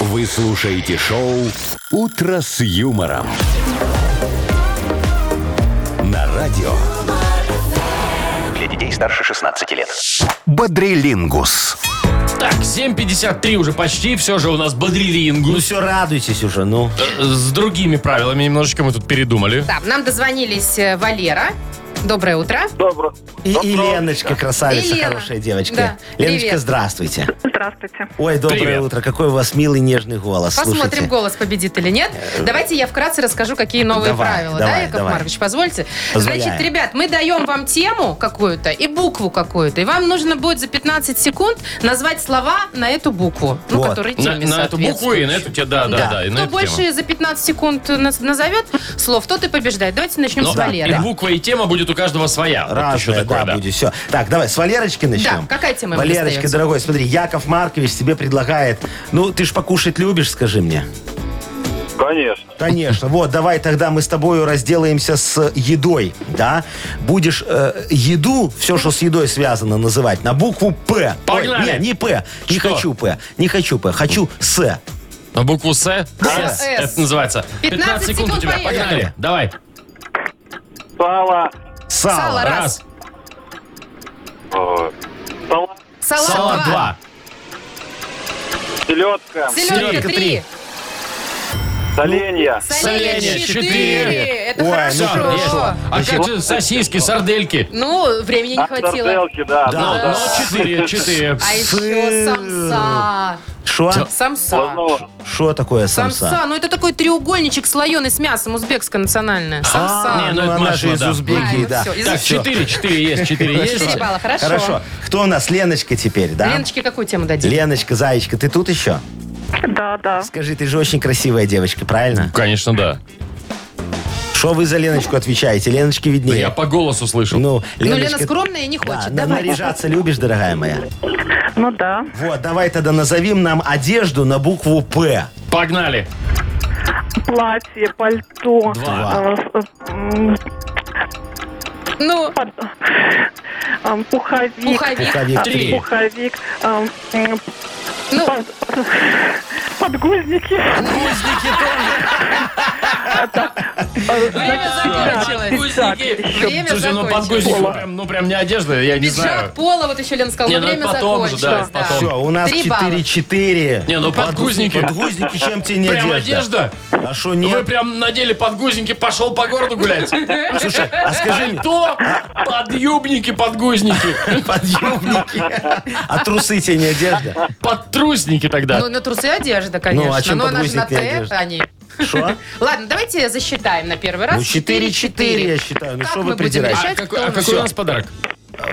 [SPEAKER 1] Вы слушаете шоу «Утро с юмором» на радио.
[SPEAKER 5] Для детей старше 16 лет.
[SPEAKER 1] Бодрилингус.
[SPEAKER 2] Так, 7.53 уже почти, все же у нас
[SPEAKER 4] Ну
[SPEAKER 2] бодрилингус.
[SPEAKER 4] все, радуйтесь уже, ну.
[SPEAKER 2] Э, С другими правилами немножечко мы тут передумали.
[SPEAKER 3] Да, нам дозвонились э, Валера. Доброе утро.
[SPEAKER 6] Добрый.
[SPEAKER 4] И, и Леночка, красавица,
[SPEAKER 3] И Лена.
[SPEAKER 4] хорошая девочка.
[SPEAKER 3] Да,
[SPEAKER 4] Леночка,
[SPEAKER 3] привет.
[SPEAKER 4] здравствуйте.
[SPEAKER 7] здравствуйте.
[SPEAKER 4] Ой, доброе
[SPEAKER 2] Привет.
[SPEAKER 4] утро. Какой у вас милый, нежный голос.
[SPEAKER 3] Посмотрим,
[SPEAKER 4] Слушайте. Э,
[SPEAKER 3] голос победит или нет. Давайте я вкратце расскажу, какие новые
[SPEAKER 4] Давай,
[SPEAKER 3] правила. да,
[SPEAKER 4] давай,
[SPEAKER 3] Яков
[SPEAKER 4] давай.
[SPEAKER 3] Маркович, позвольте.
[SPEAKER 4] Позволяю.
[SPEAKER 3] Значит, ребят, мы даем вам тему какую-то и букву какую-то. И вам нужно будет за 15 секунд назвать слова на эту букву. Ну,
[SPEAKER 4] Вот.
[SPEAKER 3] которые
[SPEAKER 2] На,
[SPEAKER 3] теме
[SPEAKER 2] на эту букву и на эту тебе, да, да, да. и на
[SPEAKER 3] Кто
[SPEAKER 2] эту
[SPEAKER 3] больше
[SPEAKER 2] тему.
[SPEAKER 3] за 15 секунд наз- назовет слов, тот и побеждает. Давайте начнем
[SPEAKER 2] Ну,
[SPEAKER 3] с
[SPEAKER 2] и
[SPEAKER 3] Валеры.
[SPEAKER 2] буква и тема будет у каждого своя. Вот
[SPEAKER 4] Разное,
[SPEAKER 2] еще такое,
[SPEAKER 4] да,
[SPEAKER 2] да.
[SPEAKER 4] будет. Все. Так, давай, с Валерочки
[SPEAKER 3] Да,
[SPEAKER 4] начнем.
[SPEAKER 3] какая тема ему
[SPEAKER 4] Валерочка,
[SPEAKER 3] достается?
[SPEAKER 4] дорогой, смотри, Яков Маркович тебе предлагает. Ну, ты ж покушать любишь, скажи мне.
[SPEAKER 6] Конечно.
[SPEAKER 4] Конечно. Вот, давай тогда мы с тобою разделаемся с едой, да? Будешь э, еду, все, что с едой связано, называть на букву П.
[SPEAKER 2] Погнали.
[SPEAKER 4] Ой, не, не П. Не
[SPEAKER 2] Что?
[SPEAKER 4] хочу П. Не хочу П. Хочу С.
[SPEAKER 2] На букву С. С.
[SPEAKER 3] С.
[SPEAKER 2] Это называется.
[SPEAKER 3] 15
[SPEAKER 2] секунд у
[SPEAKER 3] секунд,
[SPEAKER 2] тебя.
[SPEAKER 3] поехали.
[SPEAKER 2] Погнали. Давай.
[SPEAKER 6] Сало.
[SPEAKER 4] Сало.
[SPEAKER 3] Сало.
[SPEAKER 2] Раз.
[SPEAKER 3] Раз.
[SPEAKER 6] Э, Салат.
[SPEAKER 3] Салат,
[SPEAKER 2] Сало. Два.
[SPEAKER 6] Селедка.
[SPEAKER 3] Селедка
[SPEAKER 2] Селедка
[SPEAKER 3] 3.
[SPEAKER 6] Соленья.
[SPEAKER 2] Соленья четыре.
[SPEAKER 3] Это
[SPEAKER 4] Ой, ну
[SPEAKER 3] хорошо.
[SPEAKER 4] хорошо.
[SPEAKER 2] Есть. А как же сосиски, сардельки?
[SPEAKER 3] Ну, времени не хватило.
[SPEAKER 6] Сарделки, да.
[SPEAKER 4] Да.
[SPEAKER 2] Ну,
[SPEAKER 6] да,
[SPEAKER 2] ну,
[SPEAKER 6] да.
[SPEAKER 2] четыре, четыре.
[SPEAKER 3] А еще самса.
[SPEAKER 4] Шо?
[SPEAKER 3] Самса.
[SPEAKER 6] Поздно.
[SPEAKER 4] Шо такое самса?
[SPEAKER 3] Самса. Ну, это такой треугольничек слоеный с мясом, узбекская национальная.
[SPEAKER 4] А,
[SPEAKER 3] Самса.
[SPEAKER 2] не, ну
[SPEAKER 4] ну,
[SPEAKER 2] это
[SPEAKER 4] она же
[SPEAKER 2] Машина,
[SPEAKER 4] из
[SPEAKER 2] да.
[SPEAKER 3] А,
[SPEAKER 4] Узбекии,
[SPEAKER 3] ну
[SPEAKER 4] да.
[SPEAKER 3] всё, из
[SPEAKER 2] Так,
[SPEAKER 4] Всё.
[SPEAKER 2] четыре, четыре есть, четыре есть.
[SPEAKER 3] Четыре балла, хорошо.
[SPEAKER 4] Хорошо. Кто у нас? Леночка теперь, да?
[SPEAKER 3] Леночке какую тему дадим?
[SPEAKER 4] Леночка, Зайчка, ты тут еще?
[SPEAKER 7] Да, да.
[SPEAKER 4] Скажи, ты же очень красивая девочка, правильно?
[SPEAKER 2] Конечно, да.
[SPEAKER 4] Что вы за Леночку отвечаете? Леночке
[SPEAKER 2] Да Я
[SPEAKER 4] виднее.
[SPEAKER 2] по голосу слышал.
[SPEAKER 4] Ну,
[SPEAKER 3] Ну,
[SPEAKER 4] Леночка-
[SPEAKER 3] Лена скромная и не
[SPEAKER 4] Да,
[SPEAKER 3] хочет.
[SPEAKER 4] на-
[SPEAKER 3] Давай.
[SPEAKER 4] наряжаться любишь, дорогая моя?
[SPEAKER 7] Ну да.
[SPEAKER 4] Вот, давай тогда назовем нам одежду на букву «П».
[SPEAKER 2] Погнали.
[SPEAKER 7] Платье, пальто.
[SPEAKER 4] Два.
[SPEAKER 7] э, э, м,
[SPEAKER 3] Ну,
[SPEAKER 7] э, Пуховик.
[SPEAKER 3] пуховик.
[SPEAKER 4] Пуховик
[SPEAKER 7] А,
[SPEAKER 2] Три.
[SPEAKER 4] три.
[SPEAKER 7] Пуховик. э, м,
[SPEAKER 3] Ну,
[SPEAKER 7] под- э, Подгузники.
[SPEAKER 3] время закончилось.
[SPEAKER 7] Пиджак
[SPEAKER 3] Время
[SPEAKER 7] еще.
[SPEAKER 2] Слушай, ну
[SPEAKER 3] закончилось.
[SPEAKER 2] подгузник, ну прям, ну прям не одежда, я не знаю.
[SPEAKER 3] Пиджак, пола, вот еще Лена сказала.
[SPEAKER 2] Не,
[SPEAKER 3] но
[SPEAKER 2] ну,
[SPEAKER 3] время
[SPEAKER 2] потом же, да,
[SPEAKER 3] закончилось. да.
[SPEAKER 2] потом.
[SPEAKER 4] Все, у нас
[SPEAKER 3] Три балла.
[SPEAKER 4] 4-4.
[SPEAKER 2] Не, ну подгузники.
[SPEAKER 4] Подгузники, чем тебе не
[SPEAKER 2] Прям
[SPEAKER 4] одежда?
[SPEAKER 2] одежда?
[SPEAKER 4] А что
[SPEAKER 2] Вы
[SPEAKER 4] нет?
[SPEAKER 2] прям надели подгузники, пошел по городу
[SPEAKER 4] (laughs)
[SPEAKER 2] гулять.
[SPEAKER 4] Слушай, а скажи мне,
[SPEAKER 2] Пальто, подъюбники, подгузники,
[SPEAKER 4] подъемники, а трусы тебе не одежда?
[SPEAKER 2] подтрусники
[SPEAKER 3] Ну,
[SPEAKER 2] тогда.
[SPEAKER 3] на трусы одежда, конечно.
[SPEAKER 4] Ну, а чем
[SPEAKER 3] Но она же на
[SPEAKER 4] подгузник и
[SPEAKER 3] Т,
[SPEAKER 4] одежда?
[SPEAKER 3] они.
[SPEAKER 4] Что?
[SPEAKER 3] Ладно, давайте засчитаем на первый раз.
[SPEAKER 4] Ну, 4-4, я считаю. Ну,
[SPEAKER 3] Как
[SPEAKER 4] что
[SPEAKER 3] мы
[SPEAKER 4] вы
[SPEAKER 3] будем
[SPEAKER 4] придираетесь?
[SPEAKER 3] решать?
[SPEAKER 2] А какой а какой у нас подарок?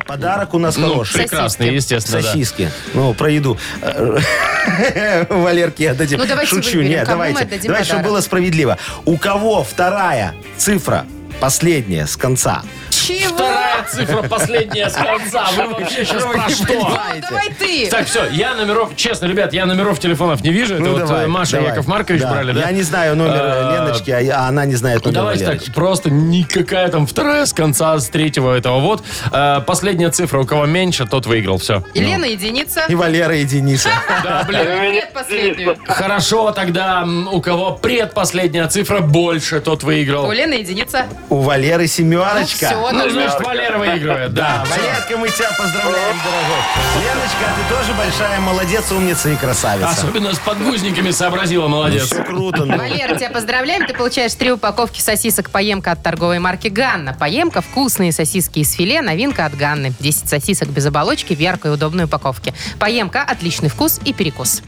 [SPEAKER 4] Подарок у нас
[SPEAKER 2] Ну,
[SPEAKER 4] хороший.
[SPEAKER 2] прекрасный, естественно, да.
[SPEAKER 4] Сосиски. Ну, про еду. (laughs) Валерке отдадим.
[SPEAKER 3] Ну, давайте
[SPEAKER 4] Шучу.
[SPEAKER 3] выберем,
[SPEAKER 4] Нет,
[SPEAKER 3] кому мы
[SPEAKER 4] давайте.
[SPEAKER 3] отдадим
[SPEAKER 4] Давайте, чтобы
[SPEAKER 3] подарок.
[SPEAKER 4] было справедливо. У кого вторая цифра, последняя, с конца?
[SPEAKER 3] Чего? Ну,
[SPEAKER 2] Вторая цифра, последняя с конца. Вы вообще сейчас про что?
[SPEAKER 3] Ну, давай ты.
[SPEAKER 2] Так, все, я номеров, честно, ребят, я номеров телефонов не вижу. Это
[SPEAKER 4] Ну,
[SPEAKER 2] вот
[SPEAKER 4] давай,
[SPEAKER 2] э, Маша и
[SPEAKER 4] давай.
[SPEAKER 2] Яков Маркович
[SPEAKER 4] Да.
[SPEAKER 2] брали, да?
[SPEAKER 4] Я не знаю номер
[SPEAKER 2] А,
[SPEAKER 4] э, Леночки, а а она не знает
[SPEAKER 2] Ну,
[SPEAKER 4] номер
[SPEAKER 2] давайте так,
[SPEAKER 4] Леночки.
[SPEAKER 2] просто никакая там вторая с конца, с третьего этого вот. Э, последняя цифра, у кого меньше, тот выиграл, все.
[SPEAKER 3] Елена единица.
[SPEAKER 4] И Валера, и Дениса.
[SPEAKER 2] (laughs) Да, блин.
[SPEAKER 3] Нет, последнюю.
[SPEAKER 2] Хорошо, тогда м, у кого предпоследняя цифра больше, тот
[SPEAKER 3] У
[SPEAKER 2] выиграл.
[SPEAKER 3] Лены единица.
[SPEAKER 4] У Валеры
[SPEAKER 3] Ну,
[SPEAKER 4] семерочка.
[SPEAKER 3] все,
[SPEAKER 2] Ну, значит, Валера выигрывает, да.
[SPEAKER 4] А, Валерка, мы тебя поздравляем, дорогой. Леночка, ты тоже большая молодец, умница и красавица.
[SPEAKER 2] Особенно с подгузниками сообразила, молодец.
[SPEAKER 4] Все круто. ну.
[SPEAKER 3] Валера, тебя поздравляем. Ты получаешь три упаковки сосисок «Поемка» от торговой марки «Ганна». «Поемка» – вкусные сосиски из филе, новинка от «Ганны». 10 сосисок без оболочки в яркой и удобной упаковке. «Поемка» – отличный вкус и перекус.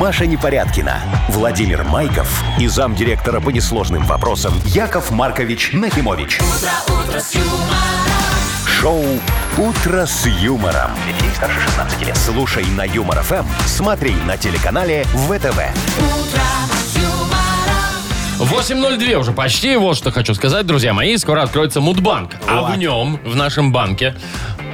[SPEAKER 1] Маша Непорядкина, Владимир Майков и замдиректора по несложным вопросам Яков Маркович Нахимович. Шоу Утро с юмором. Детей старше 16 лет. Слушай на юмор ФМ, смотри на телеканале ВТВ.
[SPEAKER 2] 8.02 уже почти. Вот что хочу сказать, друзья мои. Скоро откроется Мудбанк. А в
[SPEAKER 4] Вот.
[SPEAKER 2] нем, в нашем банке,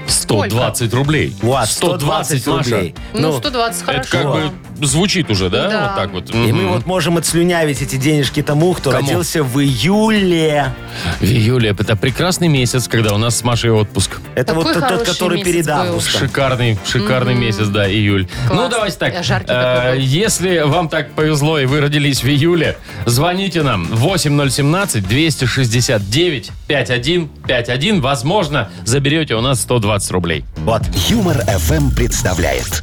[SPEAKER 2] 120 рублей.
[SPEAKER 4] Вот, 120
[SPEAKER 2] Маша.
[SPEAKER 4] рублей.
[SPEAKER 3] Ну, 120,
[SPEAKER 2] Это как
[SPEAKER 3] хорошо.
[SPEAKER 2] бы звучит уже, да?
[SPEAKER 3] Да.
[SPEAKER 2] Вот так вот.
[SPEAKER 4] И
[SPEAKER 2] Мгм.
[SPEAKER 4] мы вот можем отслюнявить эти денежки тому, кто
[SPEAKER 2] Кому?
[SPEAKER 4] родился в июле.
[SPEAKER 2] В июле это прекрасный месяц, когда у нас с Машей отпуск.
[SPEAKER 4] Это
[SPEAKER 3] Какой
[SPEAKER 4] вот тот- тот,
[SPEAKER 3] хороший
[SPEAKER 4] который
[SPEAKER 3] месяц
[SPEAKER 4] перед
[SPEAKER 3] был.
[SPEAKER 4] августом.
[SPEAKER 2] Шикарный, шикарный месяц, да, июль. Ну, давайте так.
[SPEAKER 3] Жаркий
[SPEAKER 2] Э,
[SPEAKER 3] такой был.
[SPEAKER 2] если вам так повезло и вы родились в июле, звоните нам 8017-269-5151. Возможно, заберете у нас 120 рублей.
[SPEAKER 4] Вот.
[SPEAKER 1] Юмор ФМ представляет.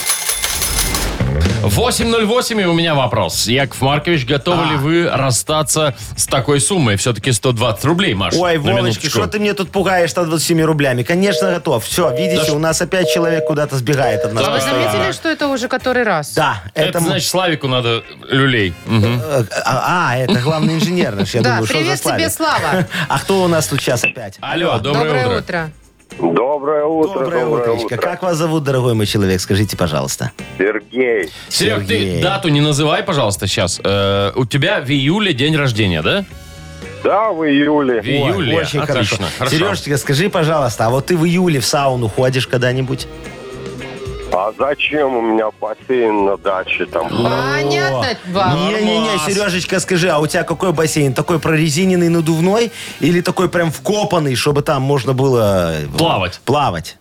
[SPEAKER 2] 8.08, и у меня вопрос. Яков Маркович, готовы
[SPEAKER 4] А.
[SPEAKER 2] ли вы расстаться с такой суммой? Все-таки 120 рублей, Маша.
[SPEAKER 4] Ой,
[SPEAKER 2] на
[SPEAKER 4] Вовочки,
[SPEAKER 2] минуточку.
[SPEAKER 4] что ты мне тут пугаешь 127 рублями? Конечно, готов. Все, видите, у нас опять человек куда-то сбегает от нас
[SPEAKER 3] А Вы заметили,
[SPEAKER 4] постоянно.
[SPEAKER 3] что это уже который раз?
[SPEAKER 4] Да,
[SPEAKER 2] Это,
[SPEAKER 4] это... м-
[SPEAKER 2] значит, Славику надо люлей. Мгм.
[SPEAKER 4] э, А, а, это главный инженер наш, я
[SPEAKER 3] Да,
[SPEAKER 4] думаю, что за
[SPEAKER 3] привет тебе,
[SPEAKER 4] (laughs)
[SPEAKER 3] Слава.
[SPEAKER 4] А кто у нас тут сейчас опять?
[SPEAKER 2] Алло, доброе,
[SPEAKER 3] Доброе
[SPEAKER 2] утро.
[SPEAKER 3] утро.
[SPEAKER 6] Доброе утро, доброе,
[SPEAKER 4] утречко.
[SPEAKER 6] утро.
[SPEAKER 4] Как вас зовут, дорогой мой человек? Скажите, пожалуйста.
[SPEAKER 6] Сергей.
[SPEAKER 2] Серег, ты
[SPEAKER 4] Сергей.
[SPEAKER 2] дату не называй, пожалуйста, сейчас. Э, у тебя в июле день рождения, да?
[SPEAKER 6] Да, в июле.
[SPEAKER 2] В июле.
[SPEAKER 4] Ой, очень
[SPEAKER 2] Отлично.
[SPEAKER 4] хорошо. Сережечка, скажи, пожалуйста, а вот ты в июле в сауну ходишь когда-нибудь?
[SPEAKER 6] А зачем у меня бассейн на даче там?
[SPEAKER 3] Понятно вам.
[SPEAKER 4] Не-не-не,
[SPEAKER 2] Нормас.
[SPEAKER 4] Сережечка, скажи, а у тебя какой бассейн? Такой прорезиненный надувной или такой прям вкопанный, чтобы там можно было... э,
[SPEAKER 2] Плавать.
[SPEAKER 4] Плавать.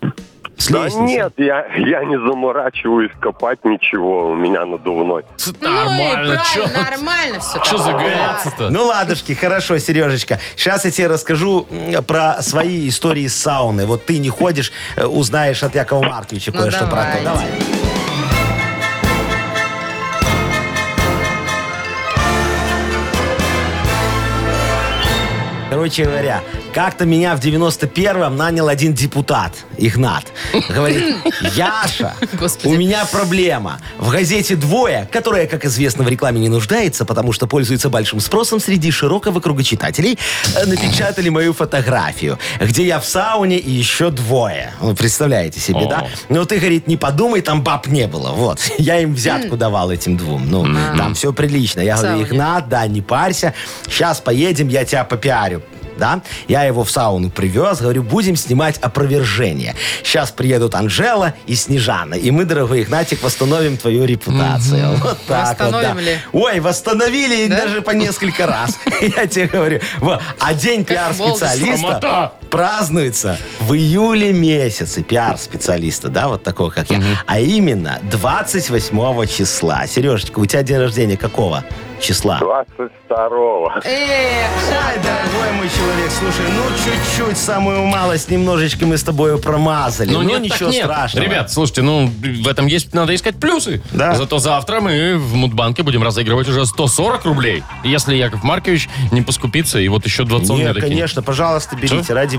[SPEAKER 4] С
[SPEAKER 6] Да
[SPEAKER 4] лестницы.
[SPEAKER 6] нет, я, я не заморачиваюсь копать ничего, у меня надувной.
[SPEAKER 2] Ц-
[SPEAKER 3] Ну и
[SPEAKER 2] Нормально.
[SPEAKER 3] правильно,
[SPEAKER 2] Че
[SPEAKER 3] нормально все.
[SPEAKER 2] че загоняться-то?
[SPEAKER 4] Ну, ладушки, хорошо, Сережечка. Сейчас я тебе расскажу м, про свои истории с сауны. Вот ты не ходишь, э, узнаешь от Якова Марковича
[SPEAKER 3] Ну,
[SPEAKER 4] кое-что про
[SPEAKER 3] давайте.
[SPEAKER 4] то. Давай. Короче говоря, как-то меня в 91-м нанял один депутат, Игнат.
[SPEAKER 3] (laughs)
[SPEAKER 4] Говорит, Яша,
[SPEAKER 3] Господи.
[SPEAKER 4] у меня проблема. В газете «Двое», которая, как известно, в рекламе не нуждается, потому что пользуется большим спросом среди широкого круга читателей, э, напечатали мою фотографию, где я в сауне и еще двое. Вы представляете себе, да?
[SPEAKER 2] О.
[SPEAKER 4] Ну, ты, говорит, не подумай, там баб не было. Вот. Я им взятку давал этим двум. Ну, там все прилично. Я говорю,
[SPEAKER 3] Сауне.
[SPEAKER 4] Игнат, да, не парься. Сейчас поедем, я тебя попиарю. Да? Я его в сауну привез, говорю, будем снимать опровержение. Сейчас приедут Анжела и Снежана, и мы, дорогой Игнатик, восстановим твою репутацию. Вот так вот,
[SPEAKER 3] Восстановим
[SPEAKER 4] да.
[SPEAKER 3] ли?
[SPEAKER 4] Ой, восстановили и даже по несколько раз. (laughs) Я тебе говорю. Во. А день
[SPEAKER 3] Как в молодости.
[SPEAKER 4] пиар-специалиста
[SPEAKER 2] Срамота.
[SPEAKER 4] празднуется в июле месяце пиар-специалиста, да, вот такого, как я. А именно 28 числа. Сережечка, у тебя день рождения какого числа?
[SPEAKER 6] 22-го.
[SPEAKER 3] Эх,
[SPEAKER 4] Ай,
[SPEAKER 3] жаль, да.
[SPEAKER 4] дорогой мой человек, слушай, ну чуть-чуть, самую малость, немножечко мы с тобою промазали. Ну,
[SPEAKER 2] нет, так
[SPEAKER 4] ничего
[SPEAKER 2] нет.
[SPEAKER 4] страшного.
[SPEAKER 2] Ребят, слушайте, ну в этом есть, надо искать плюсы.
[SPEAKER 4] Да.
[SPEAKER 2] Зато завтра мы в Мудбанке будем разыгрывать уже 140 рублей. Если Яков Маркович не поскупится, и вот еще 20 мне
[SPEAKER 4] Нет,
[SPEAKER 2] докинет.
[SPEAKER 4] конечно, пожалуйста, берите,
[SPEAKER 2] Всё?
[SPEAKER 4] ради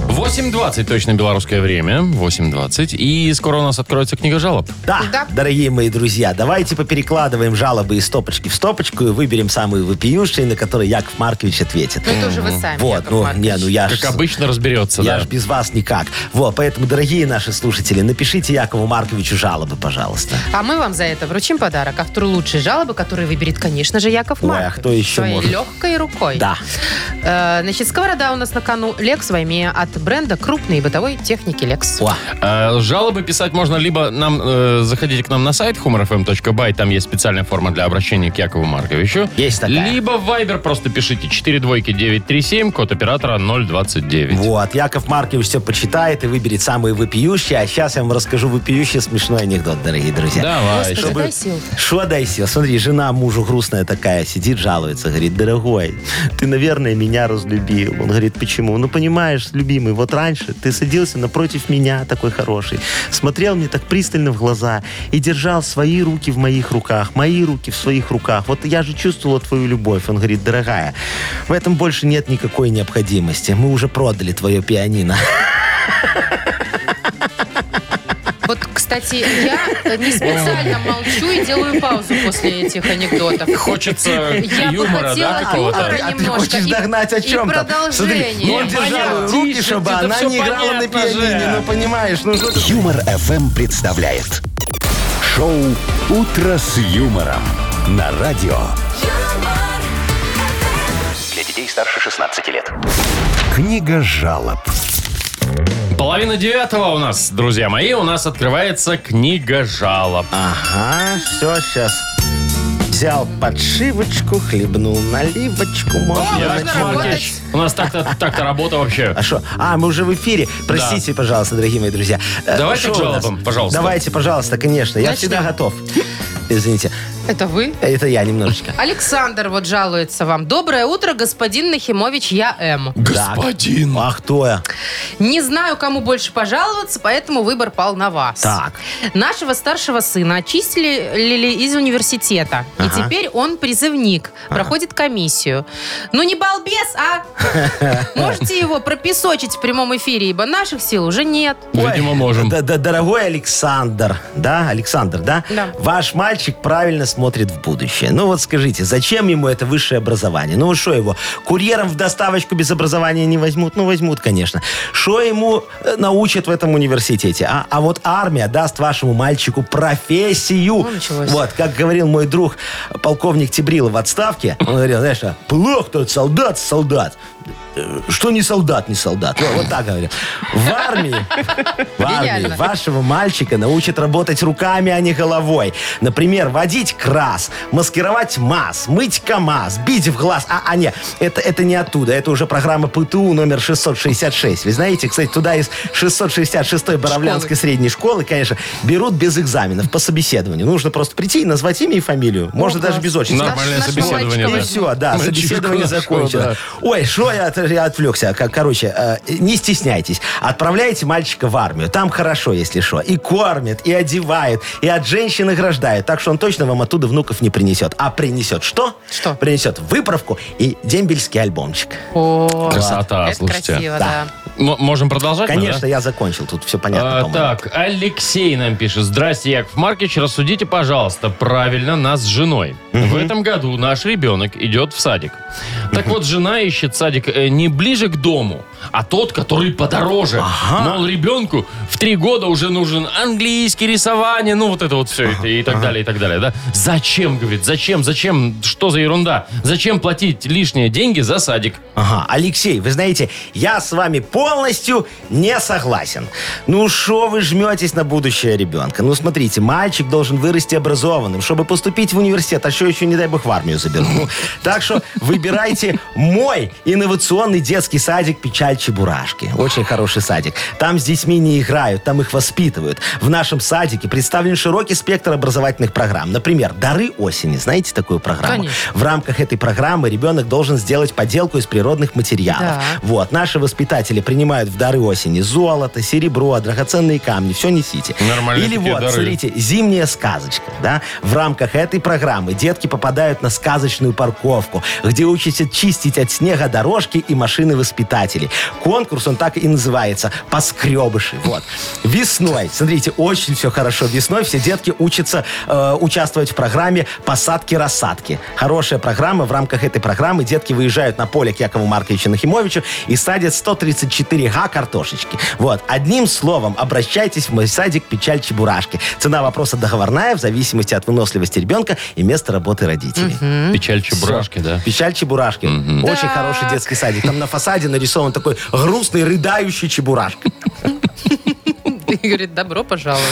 [SPEAKER 2] 8.20 точно белорусское время. 8.20. И скоро у нас откроется книга жалоб.
[SPEAKER 4] Да,
[SPEAKER 3] Да.
[SPEAKER 4] дорогие мои друзья, давайте поперекладываем жалобы из стопочки в стопочку и выберем самые вопиющие, на которые Яков Маркович ответит.
[SPEAKER 3] Ну, это уже вы сами,
[SPEAKER 4] Вот,
[SPEAKER 3] Яков
[SPEAKER 4] ну,
[SPEAKER 3] Маркович.
[SPEAKER 4] не, ну я ж-
[SPEAKER 2] Как обычно разберется,
[SPEAKER 4] Я
[SPEAKER 2] да.
[SPEAKER 4] ж без вас никак. Вот, поэтому, дорогие наши слушатели, напишите Якову Марковичу жалобы, пожалуйста.
[SPEAKER 3] А мы вам за это вручим подарок. Автору лучшей жалобы, который выберет, конечно же, Яков
[SPEAKER 4] Ой, а
[SPEAKER 3] Маркович.
[SPEAKER 4] кто еще
[SPEAKER 3] Своей
[SPEAKER 4] может?
[SPEAKER 3] легкой рукой.
[SPEAKER 4] Да.
[SPEAKER 3] Э, значит, сковорода у нас на кону. Лекс Вайме от бренда крупной бытовой техники Лекс.
[SPEAKER 4] О,
[SPEAKER 2] Э, Жалобы писать можно либо нам э, заходите к нам на сайт humorfm.by, там есть специальная форма для обращения к Якову Марковичу.
[SPEAKER 4] Есть такая.
[SPEAKER 2] Либо в Viber просто пишите 4 двойки 937, код оператора 029.
[SPEAKER 4] Вот, Яков Маркович все почитает и выберет самые вопиющие. А сейчас я вам расскажу вопиющий смешной анекдот, дорогие друзья.
[SPEAKER 2] Давай.
[SPEAKER 3] Господи,
[SPEAKER 4] чтобы-
[SPEAKER 3] дай сил.
[SPEAKER 4] Что дай сил? Смотри, жена мужу грустная такая сидит, жалуется, говорит, дорогой, ты, наверное, меня разлюбил. Он говорит, почему? Ну, понимаешь, любимый, вот раньше ты садился напротив меня, такой хороший, смотрел мне так пристально в глаза и держал свои руки в моих руках, мои руки в своих руках. Вот я же чувствовала твою любовь. Он говорит, дорогая, в этом больше нет никакой необходимости. Мы уже продали твое пианино.
[SPEAKER 3] Вот, кстати, я э, не специально молчу и делаю паузу после этих анекдотов.
[SPEAKER 2] Хочется
[SPEAKER 3] Я бы
[SPEAKER 2] юмора,
[SPEAKER 3] хотела
[SPEAKER 2] да, какого-то?
[SPEAKER 4] А ты-
[SPEAKER 3] юмора
[SPEAKER 4] а ты
[SPEAKER 3] немножко
[SPEAKER 4] хочешь
[SPEAKER 3] и-
[SPEAKER 4] догнать о
[SPEAKER 3] и
[SPEAKER 4] чем там?
[SPEAKER 3] продолжение.
[SPEAKER 4] Смотри, ну, он
[SPEAKER 2] Ну,
[SPEAKER 4] держал
[SPEAKER 2] понятно,
[SPEAKER 4] руки,
[SPEAKER 2] тише,
[SPEAKER 4] чтобы
[SPEAKER 2] это
[SPEAKER 4] она
[SPEAKER 2] всё
[SPEAKER 4] не играла на
[SPEAKER 2] понятно же.
[SPEAKER 4] пианине. Ну, понимаешь, ну что ты...
[SPEAKER 1] Юмор FM представляет шоу Утро с юмором на радио.
[SPEAKER 5] Для детей старше 16 лет.
[SPEAKER 1] Книга жалоб.
[SPEAKER 2] Половина девятого у нас, друзья мои, у нас открывается книга жалоб.
[SPEAKER 4] Ага, все, сейчас. Взял подшивочку, хлебнул наливочку.
[SPEAKER 3] А,
[SPEAKER 4] Можно
[SPEAKER 2] Яков
[SPEAKER 4] начинать.
[SPEAKER 2] Маркович, у нас так-то так работа вообще.
[SPEAKER 4] А что? А, мы уже в эфире. Простите, пожалуйста, дорогие мои друзья. Э,
[SPEAKER 2] Давайте
[SPEAKER 4] шо
[SPEAKER 2] к
[SPEAKER 4] у нас?
[SPEAKER 2] жалобам, пожалуйста.
[SPEAKER 4] Давайте, пожалуйста, конечно. Я
[SPEAKER 3] Начнем.
[SPEAKER 4] всегда готов. Извините,
[SPEAKER 3] Это вы?
[SPEAKER 4] это я немножечко.
[SPEAKER 3] Александр вот жалуется вам. Доброе утро, господин Нахимович, я М.
[SPEAKER 2] Господин.
[SPEAKER 4] А кто я?
[SPEAKER 3] Не знаю, кому больше пожаловаться, поэтому выбор пал на вас.
[SPEAKER 4] Так.
[SPEAKER 3] Нашего старшего сына очистили из университета. И
[SPEAKER 4] Ага.
[SPEAKER 3] теперь он призывник, проходит комиссию. Ну не балбес,
[SPEAKER 4] (laughs)
[SPEAKER 3] а! Можете его пропесочить в прямом эфире, ибо наших сил уже нет.
[SPEAKER 2] Видимо, можем.
[SPEAKER 4] Да, да, дорогой Александр, да, Александр, да?
[SPEAKER 3] Да.
[SPEAKER 4] Ваш мальчик правильно смотрит в будущее. Ну вот скажите, зачем ему это высшее образование? Ну что его, курьером в доставочку без образования не возьмут? Ну возьмут, конечно. Что ему э, научат в этом университете? А, а вот армия даст вашему мальчику профессию.
[SPEAKER 3] Ну, началось.
[SPEAKER 4] Вот, как говорил мой друг, полковник Тибрила в отставке, он говорил, знаешь, что, плох тот солдат, солдат. Э, Что не солдат, не солдат. Ну, Вот так говорил. В армии в армии
[SPEAKER 3] Гениально.
[SPEAKER 4] вашего мальчика научат работать руками, а не головой. Например, водить крас, маскировать масс, мыть КАМАЗ, бить в глаз. А, а не, это, это не оттуда. Это уже программа ПТУ номер 666. Вы знаете, кстати, туда из 666-й Боровлянской средней школы, конечно, берут без экзаменов по собеседованию. Нужно просто прийти и назвать имя и фамилию. Можно даже без отчества.
[SPEAKER 2] Нормальное
[SPEAKER 3] Наш- нашего
[SPEAKER 2] собеседование,
[SPEAKER 4] И
[SPEAKER 3] мальчика.
[SPEAKER 2] да.
[SPEAKER 4] все, да,
[SPEAKER 2] Мальчик
[SPEAKER 4] собеседование
[SPEAKER 2] нашел,
[SPEAKER 4] закончено.
[SPEAKER 2] да.
[SPEAKER 4] Ой, что я, это же я отвлекся. Кор- Короче, э, не стесняйтесь. Отправляйте мальчика в армию. Там хорошо, если что. И кормят, и одевают, и от женщин ограждают. Так что он точно вам оттуда внуков не принесет. А принесет что?
[SPEAKER 3] Что?
[SPEAKER 4] Принесет выправку и дембельский альбомчик.
[SPEAKER 3] О,
[SPEAKER 2] Красота,
[SPEAKER 3] это
[SPEAKER 2] слушайте.
[SPEAKER 3] красиво, да.
[SPEAKER 2] М- можем продолжать? ну,
[SPEAKER 4] Конечно,
[SPEAKER 2] да?
[SPEAKER 4] я закончил. Тут все понятно,
[SPEAKER 2] А,
[SPEAKER 4] по-моему.
[SPEAKER 2] так, Алексей нам пишет. Здрасте, Яков Маркич, рассудите, пожалуйста, правильно нас с женой. В этом году наш ребенок идет в садик. Так вот, жена ищет садик э, не ближе к дому, а тот, который подороже. Мол, ребенку в три года уже нужен английский, рисование, ну вот это вот все это, и так далее, и так далее. Да? Зачем, говорит, зачем, зачем, что за ерунда? Зачем платить лишние деньги за садик?
[SPEAKER 4] Ага, Алексей, вы знаете, я с вами полностью не согласен. Ну что вы жметесь на будущее ребенка? Ну смотрите, мальчик должен вырасти образованным, чтобы поступить в университет, а что еще, не дай бог, в армию заберу. (laughs) Ну, так что выбирайте мой инновационный детский садик «Печаль Чебурашки». Очень хороший садик. Там с детьми не играют, там их воспитывают. В нашем садике представлен широкий спектр образовательных программ. Например, «Дары осени». Знаете такую программу?
[SPEAKER 3] Конечно.
[SPEAKER 4] В рамках этой программы ребенок должен сделать поделку из природных материалов.
[SPEAKER 3] Да.
[SPEAKER 4] Вот, наши воспитатели принимают в дары осени золото, серебро, драгоценные камни, все несите.
[SPEAKER 2] Нормальные
[SPEAKER 4] Или
[SPEAKER 2] такие
[SPEAKER 4] вот,
[SPEAKER 2] дары.
[SPEAKER 4] смотрите, зимняя сказочка, да? В рамках этой программы детки попадают на сказочную парковку, где учатся чистить от снега дорожки и машины воспитателей. Конкурс, он так и называется, поскребыши, вот. Весной, смотрите, очень все хорошо весной, все детки учатся э, участвовать в программе «Посадки-рассадки». Хорошая программа. В рамках этой программы детки выезжают на поле к Якову Марковичу Нахимовичу и садят 134 га картошечки. Вот. Одним словом, обращайтесь в мой садик «Печаль Чебурашки». Цена вопроса договорная в зависимости от выносливости ребенка и места работы родителей.
[SPEAKER 2] Печаль чебурашки, да.
[SPEAKER 4] Печаль Чебурашки. Очень
[SPEAKER 3] Так.
[SPEAKER 4] хороший детский садик. Там на фасаде нарисован такой грустный, рыдающий Чебурашка.
[SPEAKER 3] И говорит, добро пожаловать.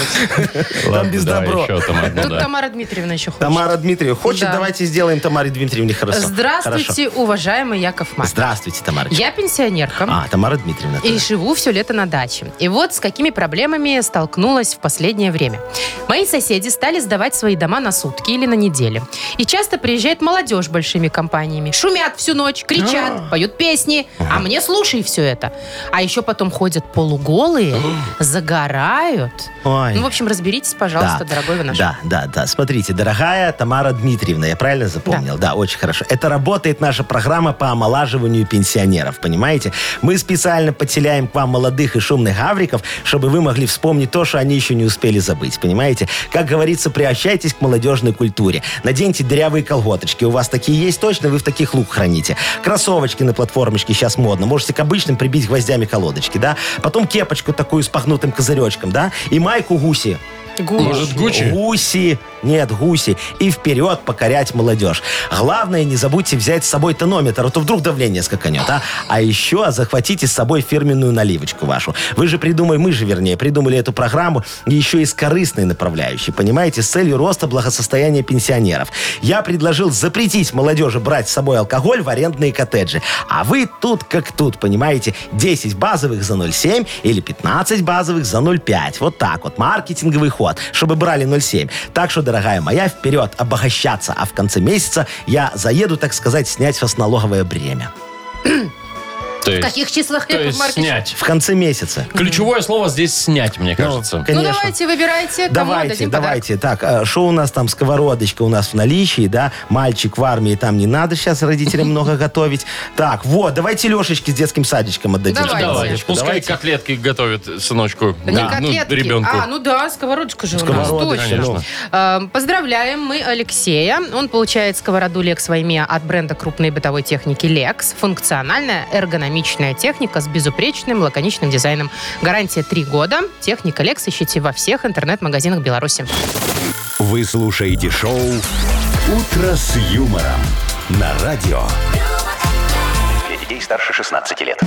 [SPEAKER 4] Там без
[SPEAKER 2] да,
[SPEAKER 4] добро.
[SPEAKER 2] еще там одно,
[SPEAKER 3] Тут
[SPEAKER 2] да.
[SPEAKER 3] Тамара Дмитриевна еще хочет.
[SPEAKER 4] Тамара Дмитриевна хочет,
[SPEAKER 3] Да.
[SPEAKER 4] давайте сделаем Тамаре Дмитриевне хорошо. Хорошо.
[SPEAKER 3] Здравствуйте, уважаемый Яков Марк.
[SPEAKER 4] Здравствуйте, Тамарочка.
[SPEAKER 3] Я пенсионерка.
[SPEAKER 4] А, Тамара Дмитриевна.
[SPEAKER 3] И живу все лето на даче. И вот с какими проблемами столкнулась в последнее время. Мои соседи стали сдавать свои дома на сутки или на неделю. И часто приезжает молодежь большими компаниями. Шумят всю ночь, кричат, поют песни. А мне слушай все это. А еще потом ходят полуголые,
[SPEAKER 4] А.
[SPEAKER 3] загорают.
[SPEAKER 4] Ой.
[SPEAKER 3] Ну, в общем, разберитесь, пожалуйста, дорогой вы наш.
[SPEAKER 4] Да, да, да. Смотрите, дорогая Тамара Дмитриевна, я правильно запомнил? Да. очень хорошо. Это работает наша программа по омолаживанию пенсионеров, понимаете? Мы специально подселяем к вам молодых и шумных гавриков, чтобы вы могли вспомнить то, что они еще не успели забыть, понимаете? Как говорится, приобщайтесь к молодежной культуре. Наденьте дырявые колготочки. У вас такие есть точно, вы в таких лук храните. Кроссовочки на платформочке сейчас модно. Можете к обычным прибить гвоздями колодочки, да? Потом кепочку такую с пахнутым козыречком, да? И майку гуси.
[SPEAKER 2] Может, Гуччи?
[SPEAKER 4] Гуси. Нет, гуси. И вперед покорять молодежь. Главное, не забудьте взять с собой тонометр, а то вдруг давление скаканет, а? А еще захватите с собой фирменную наливочку вашу. Вы же придумали, мы же, вернее, придумали эту программу еще и с корыстной направляющей, понимаете, с целью роста благосостояния пенсионеров. Я предложил запретить молодежи брать с собой алкоголь в арендные коттеджи. А вы тут как тут, понимаете, 10 базовых за 0,7 или 15 базовых за 0,5. Вот так вот, маркетинговый ход. Вот. Чтобы брали 0,7. Так что, дорогая моя, вперед обогащаться. А в конце месяца я заеду, так сказать, снять с вас налоговое бремя.
[SPEAKER 2] То
[SPEAKER 3] В
[SPEAKER 2] есть,
[SPEAKER 3] каких числах,
[SPEAKER 2] то
[SPEAKER 3] Яков
[SPEAKER 2] есть
[SPEAKER 3] Маркович?
[SPEAKER 2] снять.
[SPEAKER 4] В конце месяца.
[SPEAKER 2] Ключевое слово здесь снять, мне кажется.
[SPEAKER 3] Ну,
[SPEAKER 4] Конечно.
[SPEAKER 3] давайте, выбирайте, кому
[SPEAKER 4] Давайте,
[SPEAKER 3] дадим подарок.
[SPEAKER 4] давайте. Так, что у нас там, сковородочка у нас в наличии, да? Мальчик в армии, там не надо сейчас родителям
[SPEAKER 3] (laughs)
[SPEAKER 4] много готовить. Так, вот, давайте Лешечке с детским садичком отдадим.
[SPEAKER 3] Давайте.
[SPEAKER 2] Давайте.
[SPEAKER 4] сковородочку.
[SPEAKER 2] Пускай
[SPEAKER 4] Давайте.
[SPEAKER 2] котлетки готовит сыночку.
[SPEAKER 3] Не
[SPEAKER 2] Ну,
[SPEAKER 3] котлетки.
[SPEAKER 2] ребенку.
[SPEAKER 3] А, ну да, сковородочка же у нас.
[SPEAKER 4] Сковородочка,
[SPEAKER 3] Точно.
[SPEAKER 4] ну.
[SPEAKER 3] Э, Поздравляем мы Алексея. Он получает сковороду Lex Ваймия от бренда крупной бытовой техники Lex. Функциональная эргономичная техника с безупречным лаконичным дизайном. Гарантия 3 года. Техника Lex ищите во всех интернет-магазинах Беларуси.
[SPEAKER 1] Вы слушаете шоу «Утро с юмором» на радио.
[SPEAKER 5] Для детей старше 16 лет.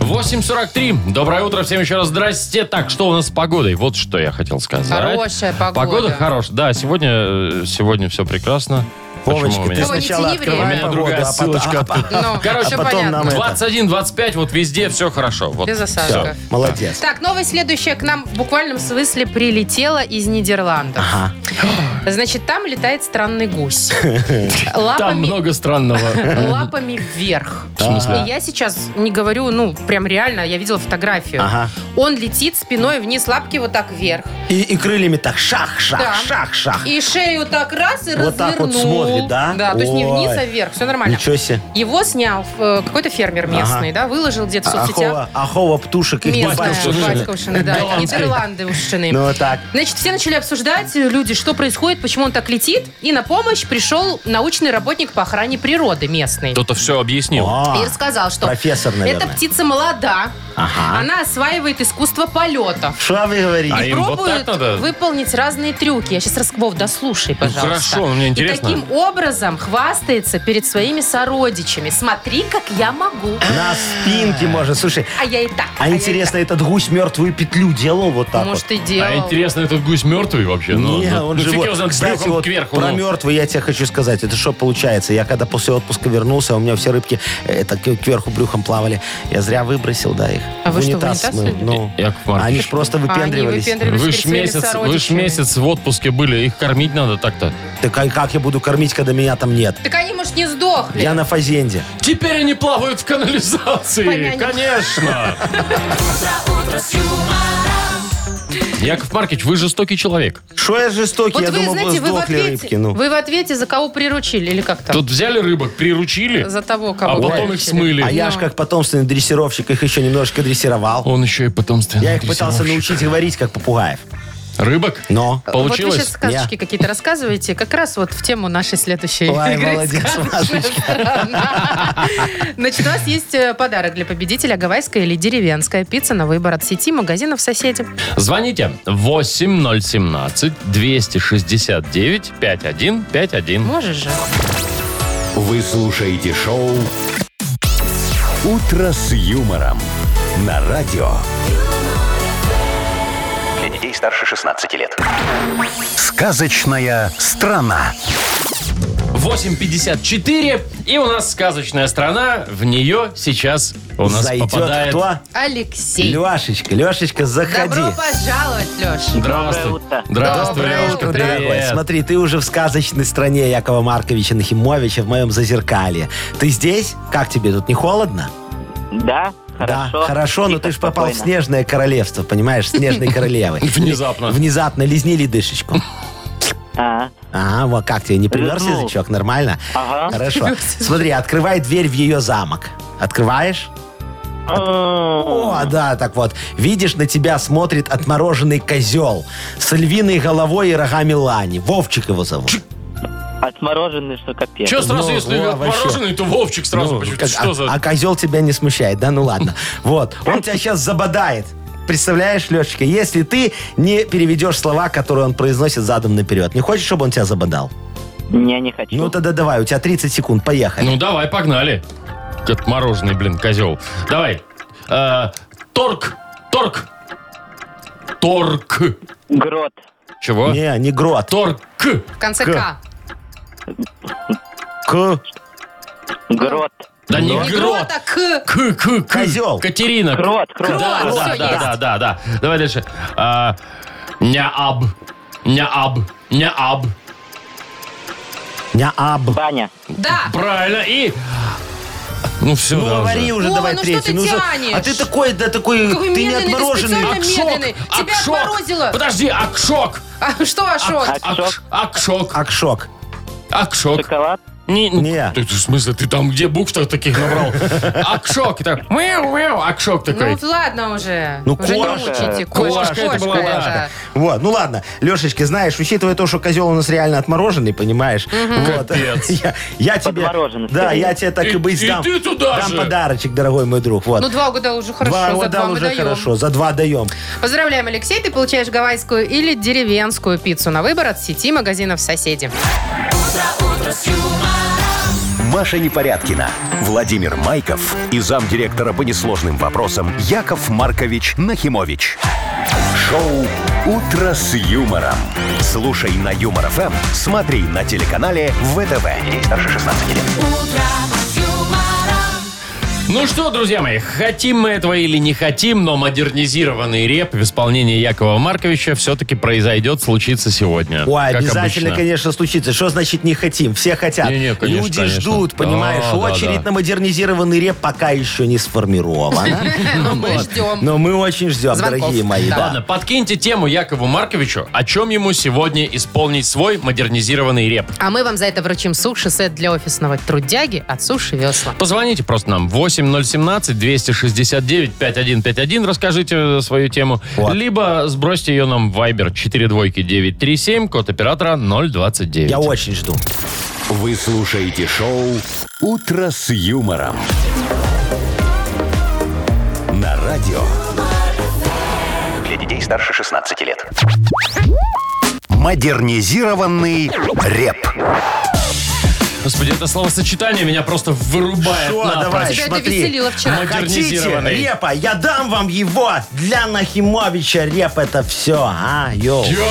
[SPEAKER 2] 8.43. Доброе утро всем еще раз. Здрасте. Так, что у нас с погодой? Вот что я хотел сказать.
[SPEAKER 3] Хорошая погода.
[SPEAKER 2] Погода хорошая. Да, сегодня, э, сегодня все прекрасно.
[SPEAKER 4] Вовочка,
[SPEAKER 2] Почему у
[SPEAKER 4] ты
[SPEAKER 2] меня?
[SPEAKER 3] Вова, не
[SPEAKER 4] сначала
[SPEAKER 3] тяни время.
[SPEAKER 2] У
[SPEAKER 4] открывай
[SPEAKER 2] меня
[SPEAKER 4] погоду,
[SPEAKER 2] другая
[SPEAKER 4] а потом...
[SPEAKER 2] ссылочка.
[SPEAKER 4] а (laughs) потом-
[SPEAKER 3] Ну,
[SPEAKER 2] Короче,
[SPEAKER 3] всё
[SPEAKER 4] а потом
[SPEAKER 3] понятно.
[SPEAKER 4] нам это.
[SPEAKER 2] 21-25, вот везде все хорошо. Вот.
[SPEAKER 3] Без
[SPEAKER 2] Всё.
[SPEAKER 3] осадков.
[SPEAKER 4] Молодец.
[SPEAKER 3] Так, новость следующая к нам в буквальном смысле прилетела из Нидерландов.
[SPEAKER 4] Ага.
[SPEAKER 3] Значит, там летает странный
[SPEAKER 4] (laughs)
[SPEAKER 3] гусь.
[SPEAKER 2] Там
[SPEAKER 3] Лапами
[SPEAKER 2] много странного.
[SPEAKER 3] лапами вверх.
[SPEAKER 2] В смысле?
[SPEAKER 3] И я сейчас не говорю, ну, прям реально, я видела фотографию.
[SPEAKER 4] Ага.
[SPEAKER 3] Он летит спиной вниз, лапки вот так вверх.
[SPEAKER 4] И, и крыльями так шах-шах,
[SPEAKER 3] Да.
[SPEAKER 4] шах-шах.
[SPEAKER 3] И шею так раз и
[SPEAKER 4] Вот так вот
[SPEAKER 3] развернул.
[SPEAKER 4] смотрит, да?
[SPEAKER 3] Да, то есть не
[SPEAKER 4] Ой.
[SPEAKER 3] вниз, а вверх. Все нормально.
[SPEAKER 4] Ничего себе.
[SPEAKER 3] Его снял э, какой-то фермер местный, да, выложил где-то в соцсетях.
[SPEAKER 4] Ахова, ахова птушек, их не
[SPEAKER 3] Местная,
[SPEAKER 4] бачишь.
[SPEAKER 3] Батьковщина, да,
[SPEAKER 2] Голландской.
[SPEAKER 3] Нидерланды ушины.
[SPEAKER 4] Ну так.
[SPEAKER 3] Значит, все начали обсуждать, э, люди, что происходит, почему он так летит. И на помощь пришел научный работник по охране природы местный.
[SPEAKER 2] Кто-то все объяснил.
[SPEAKER 4] А,
[SPEAKER 3] И рассказал, что
[SPEAKER 4] профессор,
[SPEAKER 3] эта
[SPEAKER 4] наверное.
[SPEAKER 3] птица молода,
[SPEAKER 4] Ага.
[SPEAKER 3] она осваивает искусство полетов.
[SPEAKER 4] Что вы говорите?
[SPEAKER 2] А
[SPEAKER 3] и
[SPEAKER 2] им вот
[SPEAKER 3] пробует
[SPEAKER 2] так надо? Ну,
[SPEAKER 3] выполнить разные трюки. Я сейчас Вов, дослушай, пожалуйста.
[SPEAKER 2] хорошо, но мне интересно.
[SPEAKER 3] И таким образом хвастается перед своими сородичами. Смотри, как я могу.
[SPEAKER 4] На спинке можно. Слушай,
[SPEAKER 3] А я и так.
[SPEAKER 4] а
[SPEAKER 3] я и
[SPEAKER 4] интересно, этот гусь мертвую петлю делал вот
[SPEAKER 3] так.
[SPEAKER 4] так вот?
[SPEAKER 3] Может, и делал.
[SPEAKER 2] А интересно, этот гусь мертвый вообще? Ну,
[SPEAKER 4] Не,
[SPEAKER 2] ну,
[SPEAKER 4] он
[SPEAKER 2] ну, фиг
[SPEAKER 4] живой.
[SPEAKER 2] его знает,
[SPEAKER 4] Кстати,
[SPEAKER 2] брюхом
[SPEAKER 4] вот
[SPEAKER 2] кверху,
[SPEAKER 4] про
[SPEAKER 2] ну.
[SPEAKER 4] мертвый я тебе хочу сказать. Это что получается? Я когда после отпуска вернулся, у меня все рыбки э, так кверху брюхом плавали. Я зря выбросил, да, их.
[SPEAKER 3] А вы
[SPEAKER 4] В
[SPEAKER 3] что, в
[SPEAKER 4] унитаз
[SPEAKER 3] унитаз
[SPEAKER 4] смыл.
[SPEAKER 3] любите?
[SPEAKER 4] Ну,
[SPEAKER 2] Яков Маркович.
[SPEAKER 4] они ж просто А выпендривались.
[SPEAKER 3] выпендривались.
[SPEAKER 2] Вы
[SPEAKER 3] перед
[SPEAKER 2] ж
[SPEAKER 3] своими
[SPEAKER 2] месяц, вы ж
[SPEAKER 3] сородичами.
[SPEAKER 2] месяц в отпуске были, их кормить надо так-то.
[SPEAKER 4] Так а как я буду кормить, когда меня там нет?
[SPEAKER 3] Так они, может, не сдохли.
[SPEAKER 4] Я на фазенде.
[SPEAKER 2] Теперь они плавают в канализации,
[SPEAKER 3] Помянем.
[SPEAKER 2] конечно. Яков Маркич, вы жестокий человек.
[SPEAKER 4] Что я жестокий?
[SPEAKER 3] Вот
[SPEAKER 4] я
[SPEAKER 3] вы,
[SPEAKER 4] думал,
[SPEAKER 3] знаете,
[SPEAKER 4] бы
[SPEAKER 3] вы в,
[SPEAKER 4] сдохли
[SPEAKER 3] ответе,
[SPEAKER 4] рыбки. Ну.
[SPEAKER 3] вы в ответе за кого приручили или как там?
[SPEAKER 2] Тут взяли рыбок, приручили,
[SPEAKER 3] За того, кого
[SPEAKER 2] а потом их
[SPEAKER 3] приручили.
[SPEAKER 2] смыли.
[SPEAKER 4] А
[SPEAKER 3] Ну.
[SPEAKER 4] я ж как потомственный дрессировщик их еще немножко дрессировал.
[SPEAKER 2] Он еще и потомственный
[SPEAKER 4] Я их пытался
[SPEAKER 2] дрессировщик.
[SPEAKER 4] научить говорить, как попугаев.
[SPEAKER 2] Рыбок?
[SPEAKER 4] Но.
[SPEAKER 3] Вот вы
[SPEAKER 2] Получилось?
[SPEAKER 3] сейчас сказочки какие-то рассказываете, как раз вот в тему нашей следующей
[SPEAKER 4] Ой,
[SPEAKER 3] игры.
[SPEAKER 4] молодец, Машечка.
[SPEAKER 3] (laughs) Значит, у вас есть э, подарок для победителя. Гавайская или деревенская пицца на выбор от сети магазинов соседи.
[SPEAKER 2] Звоните 8017-269-5151.
[SPEAKER 3] Можешь же.
[SPEAKER 1] Вы слушаете шоу «Утро с юмором» на радио.
[SPEAKER 5] Для детей старше 16 лет.
[SPEAKER 1] Сказочная страна.
[SPEAKER 2] 8.54. И у нас сказочная страна. В нее сейчас у нас
[SPEAKER 4] Зайдет
[SPEAKER 2] попадает...
[SPEAKER 4] кто?
[SPEAKER 3] Алексей.
[SPEAKER 4] Лешечка, Лешечка, заходи.
[SPEAKER 3] Добро пожаловать, Леш.
[SPEAKER 2] Здравствуй. Здравствуй,
[SPEAKER 3] Доброе
[SPEAKER 2] Лешка.
[SPEAKER 3] утро,
[SPEAKER 4] Дорогой,
[SPEAKER 2] Привет.
[SPEAKER 4] смотри, ты уже в сказочной стране Якова Марковича Нахимовича в моем зазеркале. Ты здесь? Как тебе тут не холодно?
[SPEAKER 8] Да, хорошо.
[SPEAKER 4] да, хорошо, но
[SPEAKER 8] Тихо,
[SPEAKER 4] ты же попал в
[SPEAKER 8] спокойно.
[SPEAKER 4] снежное королевство, понимаешь, снежной королевы.
[SPEAKER 2] Внезапно.
[SPEAKER 4] (laughs) Внезапно лизни (laughs) ледышечку.
[SPEAKER 8] А,
[SPEAKER 4] А, вот как тебе, не примерз
[SPEAKER 8] Лизнул.
[SPEAKER 4] язычок, нормально?
[SPEAKER 8] ага.
[SPEAKER 4] Хорошо. Смотри, открывай дверь в ее замок. Открываешь?
[SPEAKER 8] А,
[SPEAKER 4] О, да, так вот. Видишь, на тебя смотрит отмороженный козел с львиной головой и рогами лани. Вовчик его зовут.
[SPEAKER 8] Отмороженный, что капец.
[SPEAKER 2] Че сразу,
[SPEAKER 4] Ну,
[SPEAKER 2] если
[SPEAKER 4] во, вообще.
[SPEAKER 2] отмороженный, то Вовчик сразу
[SPEAKER 4] Ну,
[SPEAKER 2] почувствует.
[SPEAKER 4] как-
[SPEAKER 2] Что
[SPEAKER 4] а,
[SPEAKER 2] за...
[SPEAKER 4] а козел тебя не смущает, да? Ну ладно.
[SPEAKER 2] (laughs)
[SPEAKER 4] Вот. Он тебя сейчас забодает. Представляешь, Лешечка, если ты не переведешь слова, которые он произносит задом наперед. Не хочешь, чтобы он тебя забодал?
[SPEAKER 8] Не, не хочу.
[SPEAKER 4] Ну тогда давай, у тебя 30 секунд, поехали.
[SPEAKER 2] Ну давай, погнали. Отмороженный, блин, козел. Давай. Э, торг. Торг. Торг.
[SPEAKER 8] Грот.
[SPEAKER 2] Чего?
[SPEAKER 4] Не, не грот.
[SPEAKER 2] Торг.
[SPEAKER 3] В конце К.
[SPEAKER 4] К.
[SPEAKER 8] Грот.
[SPEAKER 2] Да не
[SPEAKER 3] Не
[SPEAKER 2] грот.
[SPEAKER 3] грота, К.
[SPEAKER 2] К, к, к.
[SPEAKER 4] Козел.
[SPEAKER 2] Катерина.
[SPEAKER 8] Крот, крот.
[SPEAKER 2] Да,
[SPEAKER 3] Крот,
[SPEAKER 2] да,
[SPEAKER 3] всё,
[SPEAKER 2] да,
[SPEAKER 3] есть.
[SPEAKER 2] да, да, да. Давай дальше. А, Няаб. Ня-аб. Ня-аб.
[SPEAKER 4] Ня-аб.
[SPEAKER 8] Баня.
[SPEAKER 3] Да.
[SPEAKER 2] Правильно. И... Ну все,
[SPEAKER 4] Ну, говори уже,
[SPEAKER 3] Вова,
[SPEAKER 4] давай
[SPEAKER 3] ну что
[SPEAKER 4] третий.
[SPEAKER 3] ты
[SPEAKER 4] за-
[SPEAKER 3] тянешь?
[SPEAKER 4] А ты такой, да такой,
[SPEAKER 3] Какой
[SPEAKER 4] ты не
[SPEAKER 3] медленный, ты
[SPEAKER 4] отмороженный.
[SPEAKER 3] специально медленный. Тебя
[SPEAKER 2] Акшок.
[SPEAKER 3] отморозило.
[SPEAKER 2] Подожди, акшок.
[SPEAKER 3] А, что, Ашот?
[SPEAKER 8] а- Акшок.
[SPEAKER 2] Акшок.
[SPEAKER 4] Акшок.
[SPEAKER 2] Акшок.
[SPEAKER 8] Шоколад.
[SPEAKER 2] Не, ну,
[SPEAKER 4] Не.
[SPEAKER 2] ты- ты в смысле, ты там где букв таких набрал? Акшок. Это мяу-мяу, акшок такой.
[SPEAKER 3] Ну ладно уже.
[SPEAKER 4] Ну,
[SPEAKER 3] уже не
[SPEAKER 4] кошка.
[SPEAKER 3] мучите.
[SPEAKER 2] Кошка, это была лажа.
[SPEAKER 3] да.
[SPEAKER 4] Вот, ну ладно, Лешечка, знаешь, учитывая то, что козел у нас реально отмороженный, понимаешь? Вот,
[SPEAKER 2] Капец.
[SPEAKER 4] (laughs) Я, я тебе,
[SPEAKER 8] Подмороженный.
[SPEAKER 4] да, я тебе так и,
[SPEAKER 2] И-
[SPEAKER 4] быть
[SPEAKER 2] и
[SPEAKER 4] дам,
[SPEAKER 2] ты туда
[SPEAKER 4] дам
[SPEAKER 2] же.
[SPEAKER 4] подарочек, дорогой мой друг. Вот.
[SPEAKER 3] Ну, два года уже хорошо,
[SPEAKER 4] два
[SPEAKER 3] за
[SPEAKER 4] года
[SPEAKER 3] два мы
[SPEAKER 4] уже
[SPEAKER 3] даем.
[SPEAKER 4] хорошо, за два даем.
[SPEAKER 3] Поздравляем, Алексей, ты получаешь гавайскую или деревенскую пиццу на выбор от сети магазинов «Соседи».
[SPEAKER 1] Маша Непорядкина, Владимир Майков и замдиректора по несложным вопросам Яков Маркович Нахимович. Шоу «Утро с юмором». Слушай на Юмор ФМ, смотри на телеканале ВТВ. Ей старше 16 лет.
[SPEAKER 2] Ну что, друзья мои, хотим мы этого или не хотим, но модернизированный реп в исполнении Якова Марковича все-таки произойдет, случится сегодня.
[SPEAKER 4] Ой,
[SPEAKER 2] как
[SPEAKER 4] обязательно,
[SPEAKER 2] обычно.
[SPEAKER 4] конечно, случится. Что значит не хотим? Все хотят.
[SPEAKER 2] Не-не, конечно,
[SPEAKER 4] Люди
[SPEAKER 2] конечно.
[SPEAKER 4] ждут, понимаешь?
[SPEAKER 2] Да, да,
[SPEAKER 4] Очередь
[SPEAKER 2] да.
[SPEAKER 4] на модернизированный реп пока еще не сформирована.
[SPEAKER 3] (laughs) Но мы ждем.
[SPEAKER 4] Но мы очень ждем,
[SPEAKER 3] Звонков.
[SPEAKER 4] дорогие мои.
[SPEAKER 3] Да.
[SPEAKER 4] да.
[SPEAKER 2] Ладно, подкиньте тему Якову Марковичу, о чем ему сегодня исполнить свой модернизированный реп.
[SPEAKER 3] А мы вам за это вручим суши-сет для офисного трудяги от Суши Весла.
[SPEAKER 2] Позвоните просто нам 8017-269-5151, расскажите э, свою тему.
[SPEAKER 4] Вот.
[SPEAKER 2] Либо сбросьте ее нам в Viber 42937, код оператора 029.
[SPEAKER 4] Я очень жду.
[SPEAKER 1] Вы слушаете шоу «Утро с юмором». На радио
[SPEAKER 5] Для детей старше 16 лет.
[SPEAKER 1] «Модернизированный реп».
[SPEAKER 2] Господи, это словосочетание меня просто вырубает
[SPEAKER 4] Всё,
[SPEAKER 2] напрочь.
[SPEAKER 4] давай,
[SPEAKER 3] Тебя это
[SPEAKER 4] смотри.
[SPEAKER 3] веселило вчера.
[SPEAKER 4] Хотите
[SPEAKER 2] Модернизированный.
[SPEAKER 4] репа? Я дам вам его. Для Нахимовича реп это все. А, йоу.
[SPEAKER 2] Йоу!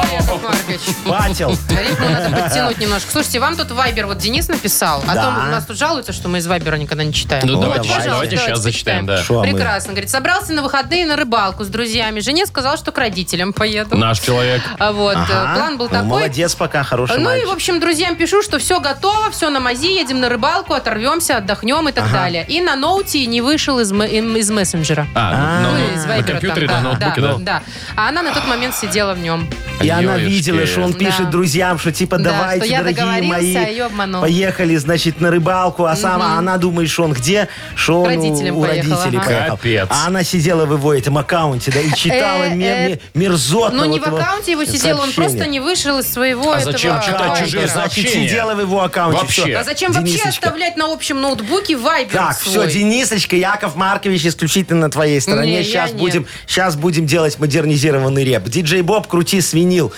[SPEAKER 3] Ой, Яков Маркович. (laughs)
[SPEAKER 4] Батил.
[SPEAKER 3] Ритму надо подтянуть немножко. Слушайте, вам тут Вайбер, вот Денис написал, а
[SPEAKER 4] Да.
[SPEAKER 3] то у нас тут жалуются, что мы из Вайбера никогда не читаем.
[SPEAKER 2] Ну,
[SPEAKER 4] Ну,
[SPEAKER 2] давайте,
[SPEAKER 4] давайте.
[SPEAKER 2] давайте сейчас зачитаем, да.
[SPEAKER 4] Шо а мы?
[SPEAKER 3] Прекрасно. Говорит, собрался на выходные на рыбалку с друзьями. Жене сказал, что к родителям поеду.
[SPEAKER 2] Наш человек.
[SPEAKER 3] А Вот.
[SPEAKER 4] Ага.
[SPEAKER 3] э, План был
[SPEAKER 4] Ну,
[SPEAKER 3] такой.
[SPEAKER 4] Молодец пока, хороший
[SPEAKER 3] Ну и,
[SPEAKER 4] мальчик.
[SPEAKER 3] в общем, друзьям пишу, что все готово, все на мази, едем на рыбалку, оторвемся, отдохнем и так далее. И на ноуте не вышел из, ме- им- из мессенджера.
[SPEAKER 2] А, ну,
[SPEAKER 3] Ну,
[SPEAKER 2] ну,
[SPEAKER 3] из
[SPEAKER 2] на
[SPEAKER 3] Вайбера
[SPEAKER 2] компьютере,
[SPEAKER 3] там,
[SPEAKER 2] на ноутбуке,
[SPEAKER 3] да,
[SPEAKER 2] да.
[SPEAKER 3] да, да. А она на тот момент сидела в нем.
[SPEAKER 4] И она
[SPEAKER 2] Ёлочки.
[SPEAKER 4] видела, что он пишет
[SPEAKER 3] Да.
[SPEAKER 4] друзьям, что типа
[SPEAKER 3] Да,
[SPEAKER 4] давайте,
[SPEAKER 3] что я
[SPEAKER 4] дорогие
[SPEAKER 3] договорился,
[SPEAKER 4] мои,
[SPEAKER 3] а её обманул».
[SPEAKER 4] поехали, значит, на рыбалку, а сама она думает, что он где, что
[SPEAKER 3] К
[SPEAKER 4] он
[SPEAKER 3] родителям
[SPEAKER 4] у, у
[SPEAKER 3] поехал,
[SPEAKER 4] родителей
[SPEAKER 3] ага.
[SPEAKER 4] поехал.
[SPEAKER 2] Капец.
[SPEAKER 4] А она сидела в его этом аккаунте, да, и читала
[SPEAKER 3] Э,
[SPEAKER 4] мер-
[SPEAKER 3] э,
[SPEAKER 4] мер- мерзотно.
[SPEAKER 3] Ну, не в
[SPEAKER 4] вот его
[SPEAKER 3] аккаунте его сидел, он
[SPEAKER 4] сообщение.
[SPEAKER 3] просто не вышел из своего
[SPEAKER 2] А
[SPEAKER 3] этого
[SPEAKER 2] зачем читать
[SPEAKER 3] аккаунта.
[SPEAKER 2] чужие
[SPEAKER 4] Значит,
[SPEAKER 2] сообщения?
[SPEAKER 4] сидела в его аккаунте.
[SPEAKER 2] Вообще.
[SPEAKER 4] всё.
[SPEAKER 3] А зачем вообще
[SPEAKER 4] Денисочка.
[SPEAKER 3] оставлять на общем ноутбуке Вайбер
[SPEAKER 4] Так, все,
[SPEAKER 3] свой?
[SPEAKER 4] Денисочка, Яков Маркович исключительно на твоей
[SPEAKER 3] Не,
[SPEAKER 4] стороне.
[SPEAKER 3] я
[SPEAKER 4] сейчас,
[SPEAKER 3] нет.
[SPEAKER 4] будем, сейчас будем делать модернизированный реп. Диджей Боб, крути свинил.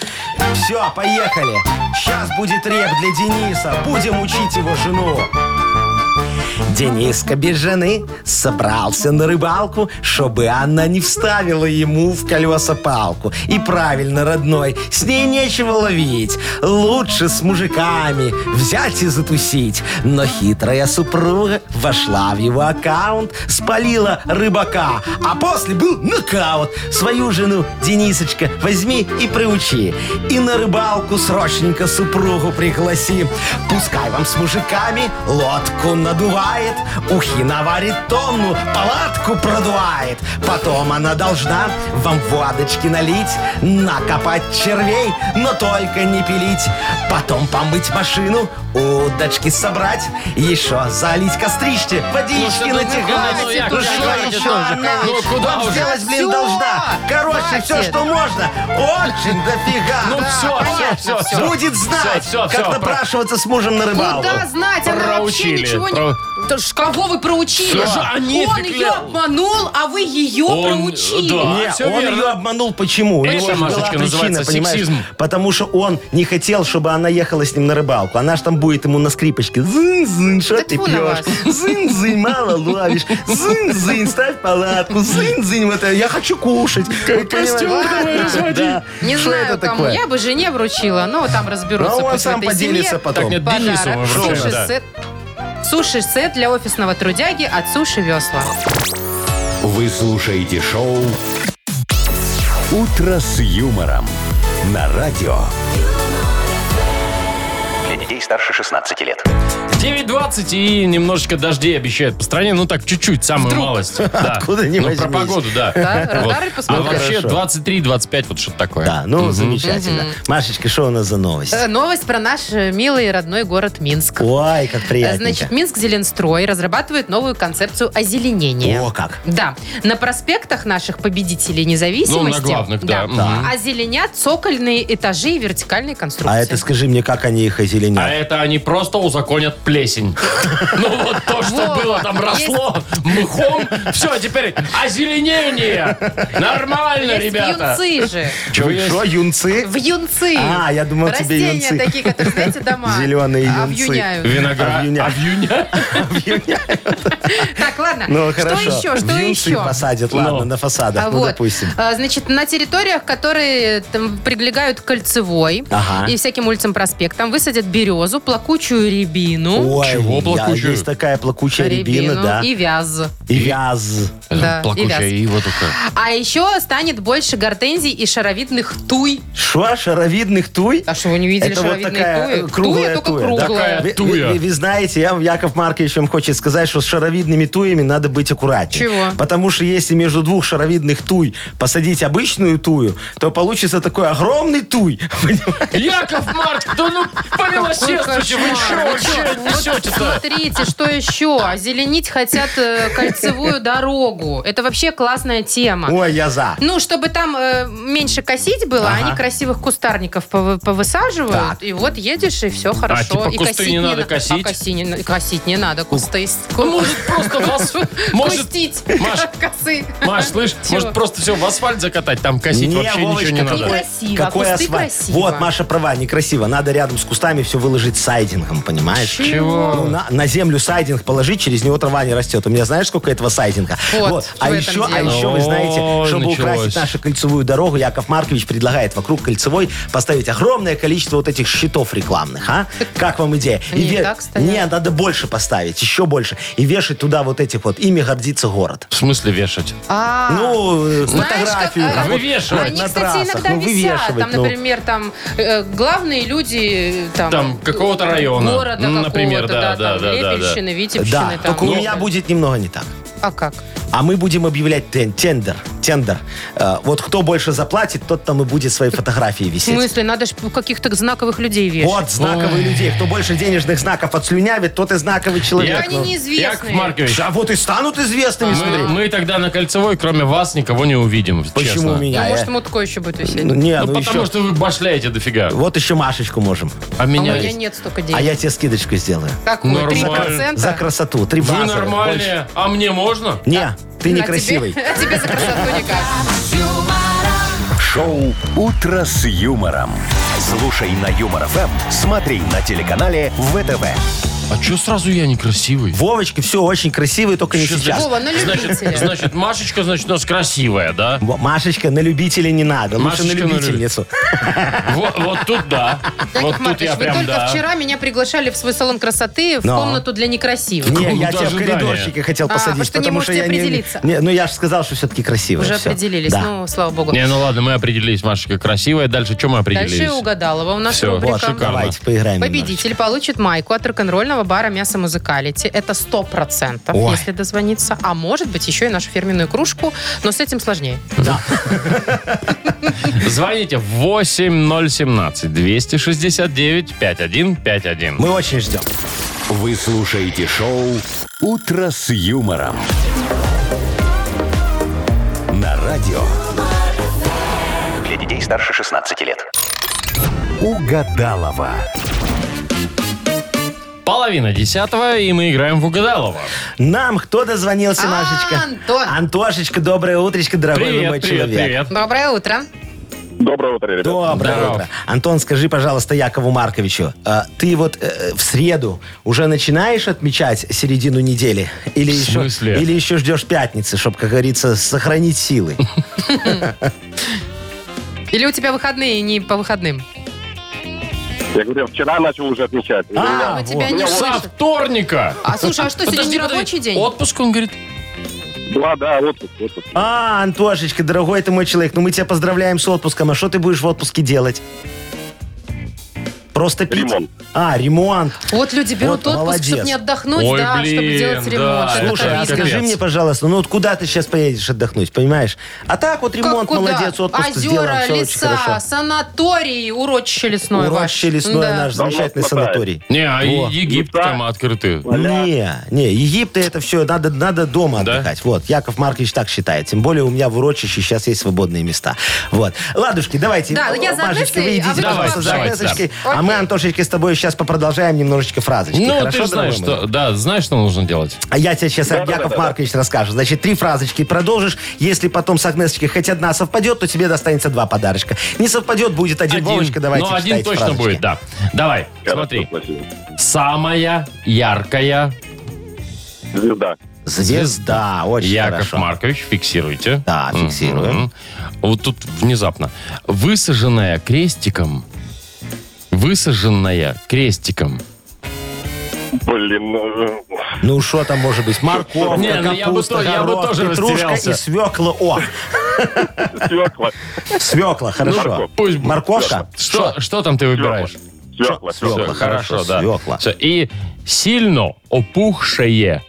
[SPEAKER 4] Все, поехали. Сейчас будет реп для Дениса. Будем учить его жену. Дениска без жены собрался на рыбалку, чтобы она не вставила ему в колеса палку. И правильно, родной, с ней нечего ловить. Лучше с мужиками взять и затусить. Но хитрая супруга вошла в его аккаунт, спалила рыбака, а после был нокаут. Свою жену, Денисочка, возьми и приучи. И на рыбалку срочненько супругу пригласи. Пускай вам с мужиками лодку надувает, ухи наварит тонну, палатку продувает. Потом она должна вам водочки налить, накопать червей, но только не пилить. Потом помыть машину, удочки собрать, еще залить кострище, водички
[SPEAKER 2] Слушай, ну вы
[SPEAKER 4] натягать.
[SPEAKER 2] куда, ну, Яков
[SPEAKER 4] Ну что
[SPEAKER 2] Маркович,
[SPEAKER 4] еще
[SPEAKER 2] тоже,
[SPEAKER 4] она
[SPEAKER 2] ну, куда
[SPEAKER 4] вам
[SPEAKER 2] уже?
[SPEAKER 4] сделать, блин,
[SPEAKER 3] Всё,
[SPEAKER 4] должна? Короче, все,
[SPEAKER 3] хватит.
[SPEAKER 4] что можно, очень дофига.
[SPEAKER 2] Ну
[SPEAKER 4] Да,
[SPEAKER 2] все,
[SPEAKER 3] понятно,
[SPEAKER 2] все, все,
[SPEAKER 3] всё.
[SPEAKER 4] Будет знать,
[SPEAKER 2] Всё, всё,
[SPEAKER 4] как
[SPEAKER 2] всё,
[SPEAKER 4] напрашиваться с мужем на рыбалку.
[SPEAKER 3] Куда Ну знать, она вообще
[SPEAKER 2] Проучили.
[SPEAKER 3] ничего не...
[SPEAKER 2] Про-
[SPEAKER 3] Да ж кого вы проучили?
[SPEAKER 2] Слушай, а
[SPEAKER 3] Он
[SPEAKER 2] нифиг ли-
[SPEAKER 3] ее обманул, а вы ее
[SPEAKER 2] Он- э,
[SPEAKER 3] проучили.
[SPEAKER 2] да.
[SPEAKER 4] Не,
[SPEAKER 2] всё
[SPEAKER 4] он
[SPEAKER 2] верно.
[SPEAKER 4] ее обманул. Почему? У
[SPEAKER 2] Это,
[SPEAKER 4] него же была
[SPEAKER 2] Машечка,
[SPEAKER 4] причина,
[SPEAKER 2] называется
[SPEAKER 4] понимаешь?
[SPEAKER 2] сексизм.
[SPEAKER 4] Потому что он не хотел, чтобы она ехала с ним на рыбалку. Она ж там будет ему на скрипочке. Зын-зын, что
[SPEAKER 3] Да
[SPEAKER 4] ты
[SPEAKER 3] тьфу на
[SPEAKER 4] пьешь? Зын-зын, мало ловишь. Зын-зын, ставь палатку. Зын-зын, вот это, я хочу кушать. Костюм (laughs)
[SPEAKER 3] давай разводи. Не
[SPEAKER 4] Что
[SPEAKER 3] знаю,
[SPEAKER 4] это
[SPEAKER 3] кому.
[SPEAKER 4] такое?
[SPEAKER 3] Я бы жене вручила, но там разберутся.
[SPEAKER 4] Ну, он
[SPEAKER 3] пусть в
[SPEAKER 4] сам
[SPEAKER 3] этой
[SPEAKER 4] поделится
[SPEAKER 3] семье.
[SPEAKER 2] Так,
[SPEAKER 4] потом.
[SPEAKER 2] нет, Денису мы
[SPEAKER 3] Подарок.
[SPEAKER 2] вручаем, да.
[SPEAKER 3] Суши-сет. Суши-сет для офисного трудяги от Суши Весла.
[SPEAKER 1] Вы слушаете шоу «Утро с юмором» на радио.
[SPEAKER 5] Для детей старше 16 лет.
[SPEAKER 2] 9.20 и немножечко дождей обещают по стране. Ну так, чуть-чуть, самую
[SPEAKER 4] (laughs)
[SPEAKER 2] малость. Да.
[SPEAKER 4] Откуда ни
[SPEAKER 2] Ну, про
[SPEAKER 4] возьмись.
[SPEAKER 2] погоду, да.
[SPEAKER 3] Да,
[SPEAKER 2] Вот.
[SPEAKER 3] радары
[SPEAKER 2] А
[SPEAKER 3] посмотрели.
[SPEAKER 2] вообще
[SPEAKER 4] Хорошо.
[SPEAKER 2] 23-25, вот что-то такое.
[SPEAKER 4] Да, ну замечательно. Машечка, что у нас за новость?
[SPEAKER 3] Э, Новость про наш э, милый родной город Минск.
[SPEAKER 4] Ой, как
[SPEAKER 3] Э,
[SPEAKER 4] приятно.
[SPEAKER 3] Значит, Минск Зеленстрой разрабатывает новую концепцию озеленения.
[SPEAKER 4] О, как.
[SPEAKER 3] Да, на проспектах наших победителей
[SPEAKER 2] Ну,
[SPEAKER 3] независимости
[SPEAKER 2] на главных, да. Мгм.
[SPEAKER 3] озеленят цокольные этажи и вертикальные конструкции.
[SPEAKER 4] А это скажи мне, как они их
[SPEAKER 2] А
[SPEAKER 4] озеленят?
[SPEAKER 2] это они просто узаконят
[SPEAKER 4] (laughs)
[SPEAKER 2] плесень. Ну вот то, что
[SPEAKER 3] Вот.
[SPEAKER 2] было там
[SPEAKER 3] Есть-
[SPEAKER 2] росло мхом. Все, теперь озеленение. Нормально,
[SPEAKER 3] Есть
[SPEAKER 2] ребята.
[SPEAKER 3] вьюнцы же.
[SPEAKER 2] Чё
[SPEAKER 4] Вы
[SPEAKER 2] есть?
[SPEAKER 4] Что, юнцы?
[SPEAKER 3] Вьюнцы.
[SPEAKER 4] А, я думал, тебе
[SPEAKER 3] Растения
[SPEAKER 4] юнцы. (laughs)
[SPEAKER 3] такие, которые, знаете, дома. а,
[SPEAKER 4] Зеленые юнцы.
[SPEAKER 3] Обвиняют.
[SPEAKER 2] Виноград.
[SPEAKER 4] Авьюня.
[SPEAKER 2] Авьюня?
[SPEAKER 3] Так, ладно.
[SPEAKER 4] Ну,
[SPEAKER 3] Что
[SPEAKER 4] хорошо.
[SPEAKER 3] еще? Что
[SPEAKER 4] Юнцы
[SPEAKER 3] еще?
[SPEAKER 4] посадят,
[SPEAKER 2] Ну.
[SPEAKER 4] ладно, на фасадах,
[SPEAKER 3] А
[SPEAKER 4] ну,
[SPEAKER 3] вот,
[SPEAKER 4] допустим.
[SPEAKER 3] а, Значит, на территориях, которые там, прилегают к кольцевой
[SPEAKER 4] Ага.
[SPEAKER 3] и всяким улицам проспектам, высадят березу, плакучую рябину,
[SPEAKER 4] Ой,
[SPEAKER 2] Чего
[SPEAKER 4] я-
[SPEAKER 2] плакучую?
[SPEAKER 4] Есть такая плакучая рябина, да.
[SPEAKER 3] ну? и вяз.
[SPEAKER 4] И вяз.
[SPEAKER 3] Да, и
[SPEAKER 2] Плакучая
[SPEAKER 3] вяз.
[SPEAKER 2] ива такая.
[SPEAKER 3] А еще станет больше гортензий и шаровидных туй.
[SPEAKER 4] Шо, шаровидных туй?
[SPEAKER 3] А что, вы не видели
[SPEAKER 4] Это вот
[SPEAKER 3] шаровидные
[SPEAKER 4] такая э,
[SPEAKER 3] туи?
[SPEAKER 4] круглая
[SPEAKER 3] только
[SPEAKER 4] туя, да?
[SPEAKER 3] круглая.
[SPEAKER 4] Вы,
[SPEAKER 2] Туя.
[SPEAKER 4] вы- вы- вы знаете, я вам, Яков Маркович вам хочет сказать, что с шаровидными туями надо быть аккуратнее.
[SPEAKER 3] Чего?
[SPEAKER 4] Потому что если между двух шаровидных туй посадить обычную тую, то получится такой огромный туй. (laughs) Понимаете?
[SPEAKER 2] Яков Марк, да ну
[SPEAKER 3] Какой
[SPEAKER 2] помилосердствуйте, вы что
[SPEAKER 3] кошмар. Вы чё?
[SPEAKER 2] вообще
[SPEAKER 3] Вот
[SPEAKER 2] несете-то?
[SPEAKER 3] Смотрите, что еще? Озеленить хотят э, кольцевую дорогу. Это вообще классная тема.
[SPEAKER 4] Ой, я за.
[SPEAKER 3] Ну, чтобы там э, меньше косить было,
[SPEAKER 4] Ага.
[SPEAKER 3] они красивых кустарников повы- повысаживают,
[SPEAKER 4] Так.
[SPEAKER 3] и вот едешь, и все хорошо.
[SPEAKER 2] типа
[SPEAKER 3] и
[SPEAKER 2] кусты не надо
[SPEAKER 3] на-
[SPEAKER 2] косить?
[SPEAKER 3] А коси не, на- косить не надо, кусты... из-
[SPEAKER 2] Ну, может, просто вас...
[SPEAKER 3] (laughs)
[SPEAKER 2] Может,
[SPEAKER 3] Кустить
[SPEAKER 2] Маш,
[SPEAKER 3] (laughs) косы.
[SPEAKER 2] Маш, слышь,
[SPEAKER 3] Чего?
[SPEAKER 2] может, просто все в асфальт закатать, там косить
[SPEAKER 4] Не,
[SPEAKER 2] вообще ничего
[SPEAKER 4] Вовочка,
[SPEAKER 2] не
[SPEAKER 4] какой-
[SPEAKER 2] надо.
[SPEAKER 3] Некрасиво,
[SPEAKER 4] какой
[SPEAKER 3] кусты
[SPEAKER 4] асфальт?
[SPEAKER 3] красиво.
[SPEAKER 4] Вот, Маша права, некрасиво. Надо рядом с кустами все выложить сайдингом, понимаешь? Ну,
[SPEAKER 2] Чего?
[SPEAKER 4] на, на землю сайдинг положить, через него трава не растет. У меня знаешь, сколько этого сайдинга?
[SPEAKER 3] Вот,
[SPEAKER 4] А
[SPEAKER 3] в этом
[SPEAKER 4] еще, а
[SPEAKER 3] дело.
[SPEAKER 4] еще, вы знаете,
[SPEAKER 2] Ой,
[SPEAKER 4] чтобы
[SPEAKER 2] началось.
[SPEAKER 4] украсить нашу кольцевую дорогу, Яков Маркович предлагает вокруг кольцевой поставить огромное количество вот этих щитов рекламных, а? Как вам идея?
[SPEAKER 3] Они и
[SPEAKER 4] ве-
[SPEAKER 3] так стоят.
[SPEAKER 4] Не, надо больше поставить, еще больше. И вешать туда вот этих вот. Ими гордится город.
[SPEAKER 2] В смысле вешать?
[SPEAKER 3] А.
[SPEAKER 4] Ну, э, фотографию.
[SPEAKER 3] как, а,
[SPEAKER 4] там вот,
[SPEAKER 2] вывешивать?
[SPEAKER 4] вот
[SPEAKER 3] Они,
[SPEAKER 4] на
[SPEAKER 3] кстати,
[SPEAKER 4] трассах.
[SPEAKER 3] иногда
[SPEAKER 4] Ну,
[SPEAKER 3] висят.
[SPEAKER 4] вывешивать,
[SPEAKER 3] Там,
[SPEAKER 4] ну.
[SPEAKER 3] например, там э, главные люди э, там,
[SPEAKER 2] Там какого-то района.
[SPEAKER 3] города
[SPEAKER 2] Ну, например,
[SPEAKER 3] какого-то,
[SPEAKER 2] да, да,
[SPEAKER 3] там,
[SPEAKER 2] да, да, да.
[SPEAKER 3] Лепельщины, Витебщины.
[SPEAKER 4] Да,
[SPEAKER 3] там.
[SPEAKER 4] только у
[SPEAKER 3] Ну,
[SPEAKER 4] меня будет немного не так.
[SPEAKER 3] А как?
[SPEAKER 4] А мы будем объявлять тен- тендер. Тендер. Э, Вот кто больше заплатит, тот там и будет свои фотографии
[SPEAKER 3] В
[SPEAKER 4] висеть.
[SPEAKER 3] смысле, надо же каких-то знаковых людей вешать.
[SPEAKER 4] Вот знаковые людей. Кто больше денежных знаков отслюнявит, тот и знаковый
[SPEAKER 3] Ну,
[SPEAKER 4] человек.
[SPEAKER 3] Они
[SPEAKER 4] Ну,
[SPEAKER 2] Яков
[SPEAKER 3] неизвестные.
[SPEAKER 2] Маркович,
[SPEAKER 4] А вот и станут известными, смотри.
[SPEAKER 2] мы, мы тогда на кольцевой, кроме вас, никого не увидим.
[SPEAKER 4] Почему
[SPEAKER 2] честно.
[SPEAKER 3] Ну,
[SPEAKER 4] меня?
[SPEAKER 3] может,
[SPEAKER 4] э?
[SPEAKER 3] Мутко еще будет висеть. А
[SPEAKER 4] Ну, не,
[SPEAKER 2] Ну,
[SPEAKER 4] ну
[SPEAKER 2] потому
[SPEAKER 4] еще.
[SPEAKER 2] что вы башляете дофига.
[SPEAKER 4] Вот еще Машечку можем.
[SPEAKER 2] А
[SPEAKER 3] а у
[SPEAKER 2] меня...
[SPEAKER 3] меня нет столько денег.
[SPEAKER 4] А я тебе скидочку сделаю.
[SPEAKER 3] Какую?
[SPEAKER 2] Нормально.
[SPEAKER 3] 3%?
[SPEAKER 4] За красоту. Три
[SPEAKER 2] Вы
[SPEAKER 4] базара.
[SPEAKER 2] нормальные,
[SPEAKER 4] Больше.
[SPEAKER 2] а мне можно?
[SPEAKER 4] Не, ты
[SPEAKER 3] А
[SPEAKER 4] некрасивый.
[SPEAKER 3] тебе, (laughs) а тебе за красоту никак.
[SPEAKER 1] Шоу «Утро с юмором». Слушай на Юмор ФМ, смотри на телеканале ВТВ.
[SPEAKER 2] А чё сразу я некрасивый?
[SPEAKER 4] Вовочка, все очень красивый, только не сейчас.
[SPEAKER 3] Вова, на любителя.
[SPEAKER 2] Значит, значит, Машечка, значит, у нас красивая, да?
[SPEAKER 4] Во, Машечка, на любителя не надо. Лучше на
[SPEAKER 2] Машечка на
[SPEAKER 4] любительницу.
[SPEAKER 2] Вот, вот тут да.
[SPEAKER 3] Яков
[SPEAKER 2] Вот тут
[SPEAKER 3] Маркович,
[SPEAKER 2] я
[SPEAKER 3] вы
[SPEAKER 2] прям,
[SPEAKER 3] только
[SPEAKER 2] да.
[SPEAKER 3] вчера меня приглашали в свой салон красоты в
[SPEAKER 4] Но.
[SPEAKER 3] комнату для некрасивых.
[SPEAKER 4] Не,
[SPEAKER 2] Комната
[SPEAKER 4] я тебя в
[SPEAKER 2] ожидания.
[SPEAKER 4] коридорчике хотел
[SPEAKER 3] А, потому
[SPEAKER 4] посадить,
[SPEAKER 3] что не
[SPEAKER 4] потому
[SPEAKER 3] можете
[SPEAKER 4] что я не,
[SPEAKER 3] определиться.
[SPEAKER 4] не- Ну, я же сказал, что все-таки красивая.
[SPEAKER 3] Уже
[SPEAKER 4] всё.
[SPEAKER 3] определились.
[SPEAKER 4] Да.
[SPEAKER 3] Ну, слава богу.
[SPEAKER 2] Не, ну ладно, мы определились, Машечка красивая. Дальше что мы определились?
[SPEAKER 3] Дальше угадалова. У нас
[SPEAKER 2] Всё,
[SPEAKER 3] рубрика.
[SPEAKER 2] вот, шикарно.
[SPEAKER 4] Давайте поиграем.
[SPEAKER 3] Победитель получит майку от рок-н-ролльного бара «Мясо Музыкалити». Это 100%,
[SPEAKER 4] Ой.
[SPEAKER 3] если дозвониться. А может быть, еще и нашу фирменную кружку, но с этим сложнее.
[SPEAKER 2] Звоните 8017-269-5151.
[SPEAKER 4] Мы очень ждем.
[SPEAKER 1] Вы слушаете шоу «Утро с юмором». На радио
[SPEAKER 5] Для детей старше 16 лет.
[SPEAKER 1] «Угадалова».
[SPEAKER 2] Половина десятого, и мы играем в Угадалова.
[SPEAKER 4] Нам кто дозвонился,
[SPEAKER 3] А,
[SPEAKER 4] Машечка?
[SPEAKER 3] Антон.
[SPEAKER 4] Антошечка, доброе утречко, дорогой вы мой
[SPEAKER 2] Привет, привет,
[SPEAKER 4] человек.
[SPEAKER 2] привет.
[SPEAKER 3] Доброе утро.
[SPEAKER 6] Доброе утро, ребят.
[SPEAKER 4] Доброе
[SPEAKER 2] Здорово.
[SPEAKER 4] утро. Антон, скажи, пожалуйста, Якову Марковичу, а, ты вот э, в среду уже начинаешь отмечать середину недели? Или
[SPEAKER 2] В
[SPEAKER 4] еще,
[SPEAKER 2] смысле?
[SPEAKER 4] Или еще ждешь пятницы, чтобы, как говорится, сохранить силы?
[SPEAKER 3] Или у тебя выходные не по выходным?
[SPEAKER 6] Я говорю, я вчера начал уже отмечать.
[SPEAKER 4] А,
[SPEAKER 3] мы
[SPEAKER 4] вот.
[SPEAKER 3] тебя не
[SPEAKER 2] Со
[SPEAKER 3] слышим.
[SPEAKER 2] вторника.
[SPEAKER 3] А слушай, а что, сегодня
[SPEAKER 2] Подожди,
[SPEAKER 3] не
[SPEAKER 2] подожди.
[SPEAKER 3] рабочий день?
[SPEAKER 2] Отпуск, он говорит.
[SPEAKER 6] Да, да, отпуск, отпуск.
[SPEAKER 4] А, Антошечка, дорогой ты мой человек, ну мы тебя поздравляем с отпуском. А что ты будешь в отпуске делать? Просто пить?
[SPEAKER 6] Ремонт.
[SPEAKER 4] А, ремонт.
[SPEAKER 3] Вот люди берут
[SPEAKER 4] Вот
[SPEAKER 3] отпуск,
[SPEAKER 4] молодец.
[SPEAKER 3] чтобы не отдохнуть,
[SPEAKER 2] Ой,
[SPEAKER 3] да, чтобы
[SPEAKER 2] блин,
[SPEAKER 3] делать
[SPEAKER 2] да,
[SPEAKER 3] ремонт. Это
[SPEAKER 4] Слушай,
[SPEAKER 3] так
[SPEAKER 4] а
[SPEAKER 2] капец.
[SPEAKER 3] обидно.
[SPEAKER 4] скажи мне, пожалуйста, ну вот куда ты сейчас поедешь отдохнуть, понимаешь? А так вот
[SPEAKER 3] Как
[SPEAKER 4] ремонт,
[SPEAKER 3] куда?
[SPEAKER 4] молодец, отпуск
[SPEAKER 3] Озера,
[SPEAKER 4] сделан, все очень
[SPEAKER 3] леса,
[SPEAKER 4] хорошо.
[SPEAKER 3] санатории, урочище лесное
[SPEAKER 4] Урочище
[SPEAKER 3] ваше.
[SPEAKER 4] лесное
[SPEAKER 3] Да.
[SPEAKER 4] наш
[SPEAKER 6] Давно
[SPEAKER 4] замечательный
[SPEAKER 6] хватает.
[SPEAKER 4] санаторий.
[SPEAKER 2] Не, а
[SPEAKER 4] Во.
[SPEAKER 2] и Египет
[SPEAKER 6] Ну, да.
[SPEAKER 2] там открытый.
[SPEAKER 4] Не, не, Египт и это все, надо, надо дома
[SPEAKER 2] Да?
[SPEAKER 4] отдыхать. Вот, Яков Маркович так считает. Тем более у меня в урочище сейчас есть свободные места. Вот. Ладушки, давайте.
[SPEAKER 3] Да, я за
[SPEAKER 4] Машечка, вы
[SPEAKER 3] Одессой, а
[SPEAKER 4] идите,
[SPEAKER 3] вы
[SPEAKER 4] пожалуйста,
[SPEAKER 2] за
[SPEAKER 4] за
[SPEAKER 2] Одессой.
[SPEAKER 4] Одессочкой.
[SPEAKER 3] Да.
[SPEAKER 4] А мы,
[SPEAKER 3] Окей.
[SPEAKER 4] Антошечка, с тобой сейчас поподолжаем немножечко фразочки.
[SPEAKER 2] Ну,
[SPEAKER 4] Хорошо,
[SPEAKER 2] ты же знаешь,
[SPEAKER 4] дорогой мой?
[SPEAKER 2] что... Да, знаешь, что нужно делать.
[SPEAKER 4] А я тебе сейчас Яков Маркович расскажет. Значит, три фразочки продолжишь. Если потом с Агнесочкой хоть одна совпадет, то тебе достанется два подарочка. Не совпадет, будет один. Вовочка, давайте
[SPEAKER 2] Ну, один
[SPEAKER 4] читайте
[SPEAKER 2] точно
[SPEAKER 4] фразочки.
[SPEAKER 2] будет, да. Давай,
[SPEAKER 6] Хорошо,
[SPEAKER 2] смотри.
[SPEAKER 6] спасибо.
[SPEAKER 2] Самая яркая.
[SPEAKER 6] Звезда.
[SPEAKER 4] Звезда. Очень
[SPEAKER 2] Яков
[SPEAKER 4] хорошо.
[SPEAKER 2] Маркович, фиксируйте.
[SPEAKER 4] Да, фиксируем.
[SPEAKER 2] Мгм. Вот тут внезапно. Высаженная крестиком. Высаженная крестиком.
[SPEAKER 6] Блин, э,
[SPEAKER 4] Ну, что там может быть? Морковка,
[SPEAKER 2] Не, ну я бы
[SPEAKER 4] капуста,
[SPEAKER 2] то- я бы
[SPEAKER 4] горох,
[SPEAKER 2] тоже
[SPEAKER 4] петрушка
[SPEAKER 2] растерялся.
[SPEAKER 4] и свекла. О,
[SPEAKER 6] свекла.
[SPEAKER 4] свекла, хорошо.
[SPEAKER 6] морковь.
[SPEAKER 2] Пусть будет.
[SPEAKER 4] Морковка?
[SPEAKER 2] Что, что там ты выбираешь?
[SPEAKER 6] Свекла,
[SPEAKER 2] Всё, хорошо,
[SPEAKER 6] свекла.
[SPEAKER 4] хорошо,
[SPEAKER 2] да.
[SPEAKER 4] свекла.
[SPEAKER 2] Всё, И сильно опухшее.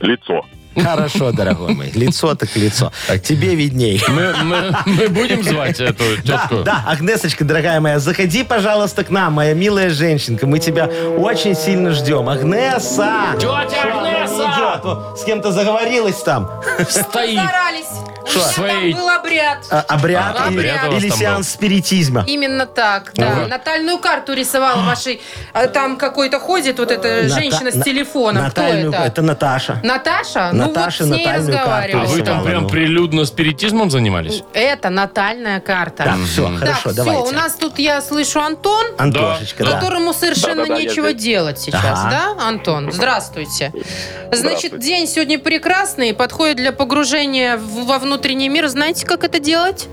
[SPEAKER 6] Лицо.
[SPEAKER 4] Хорошо, дорогой мой. Лицо так лицо. Тебе видней.
[SPEAKER 2] Мы, мы- мы будем звать эту
[SPEAKER 4] Да,
[SPEAKER 2] тетку?
[SPEAKER 4] да, Агнесочка, дорогая моя, заходи, пожалуйста, к нам, моя милая женщинка. Мы тебя очень сильно ждем. Агнеса!
[SPEAKER 2] Тетя
[SPEAKER 4] Она идет.
[SPEAKER 2] Агнеса! А
[SPEAKER 4] О, С кем-то заговорилась там.
[SPEAKER 2] Стоит.
[SPEAKER 3] Старались.
[SPEAKER 2] Что?
[SPEAKER 3] У меня
[SPEAKER 2] Своей-
[SPEAKER 3] там был обряд.
[SPEAKER 4] А, Обряд
[SPEAKER 2] А,
[SPEAKER 4] или-
[SPEAKER 2] обряд у вас
[SPEAKER 4] или
[SPEAKER 2] там
[SPEAKER 4] сеанс спиритизма.
[SPEAKER 3] Именно так, да.
[SPEAKER 2] Ага.
[SPEAKER 3] Натальную карту рисовала вашей. а Там какой-то ходит вот эта
[SPEAKER 4] Ната-
[SPEAKER 3] женщина с
[SPEAKER 4] на-
[SPEAKER 3] телефоном. Кто
[SPEAKER 4] Натальную-
[SPEAKER 3] это?
[SPEAKER 4] Это Наташа.
[SPEAKER 3] Наташа?
[SPEAKER 4] Наташа
[SPEAKER 3] ну вот с ней
[SPEAKER 4] натальную карту
[SPEAKER 2] А
[SPEAKER 3] разговаривала.
[SPEAKER 2] вы там
[SPEAKER 4] Рисовала,
[SPEAKER 2] прям
[SPEAKER 4] ну.
[SPEAKER 2] прилюдно спиритизмом занимались?
[SPEAKER 3] Это натальная карта.
[SPEAKER 4] Так, все,
[SPEAKER 3] Так,
[SPEAKER 4] хорошо,
[SPEAKER 3] все,
[SPEAKER 4] давайте.
[SPEAKER 3] у нас тут я слышу Антон,
[SPEAKER 4] Антошечка, да.
[SPEAKER 3] которому совершенно
[SPEAKER 6] Да-да-да, я
[SPEAKER 3] нечего
[SPEAKER 6] здесь.
[SPEAKER 3] делать сейчас,
[SPEAKER 4] Ага.
[SPEAKER 3] да, Антон? Здравствуйте. Значит,
[SPEAKER 6] Здравствуйте.
[SPEAKER 3] день сегодня прекрасный, подходит для погружения в- во внутренний мир. Знаете, как это делать?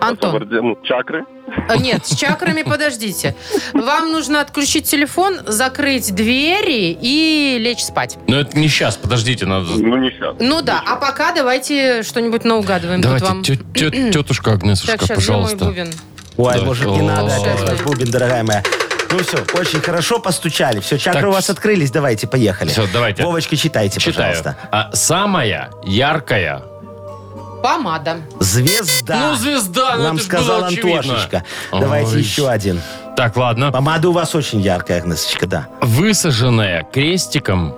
[SPEAKER 3] Антон,
[SPEAKER 6] Ну, Чакры.
[SPEAKER 3] э, нет, с
[SPEAKER 4] (laughs)
[SPEAKER 3] чакрами подождите. Вам нужно отключить телефон, закрыть двери и лечь спать.
[SPEAKER 2] Но Ну, это не сейчас, подождите, надо...
[SPEAKER 6] Ну, не сейчас.
[SPEAKER 3] Ну да, а пока давайте что-нибудь наугадываем. Тут
[SPEAKER 2] Давайте,
[SPEAKER 3] вам...
[SPEAKER 2] тё- тё- тетушка Агнесушка,
[SPEAKER 3] Так, сейчас, где мой
[SPEAKER 2] пожалуйста.
[SPEAKER 3] бубен?
[SPEAKER 4] Ой,
[SPEAKER 2] Да
[SPEAKER 4] может,
[SPEAKER 2] что
[SPEAKER 4] не
[SPEAKER 2] вы.
[SPEAKER 4] надо опять
[SPEAKER 3] Ой.
[SPEAKER 4] ваш бубен, дорогая моя. Ну все, очень хорошо постучали. Все, чакры
[SPEAKER 2] Так,
[SPEAKER 4] у вас открылись. Давайте, поехали.
[SPEAKER 2] Всё, давайте.
[SPEAKER 4] Вовочка, читайте,
[SPEAKER 2] Читаю.
[SPEAKER 4] пожалуйста.
[SPEAKER 2] А самая яркая.
[SPEAKER 3] Помада.
[SPEAKER 4] Звезда.
[SPEAKER 2] Ну, звезда, ну
[SPEAKER 4] Нам
[SPEAKER 2] это ж
[SPEAKER 4] сказал
[SPEAKER 2] было очевидно.
[SPEAKER 4] Антошечка. Давайте
[SPEAKER 2] Ой.
[SPEAKER 4] еще один.
[SPEAKER 2] Так, ладно.
[SPEAKER 4] Помада у вас очень яркая, Агнесочка, да.
[SPEAKER 2] Высаженная крестиком.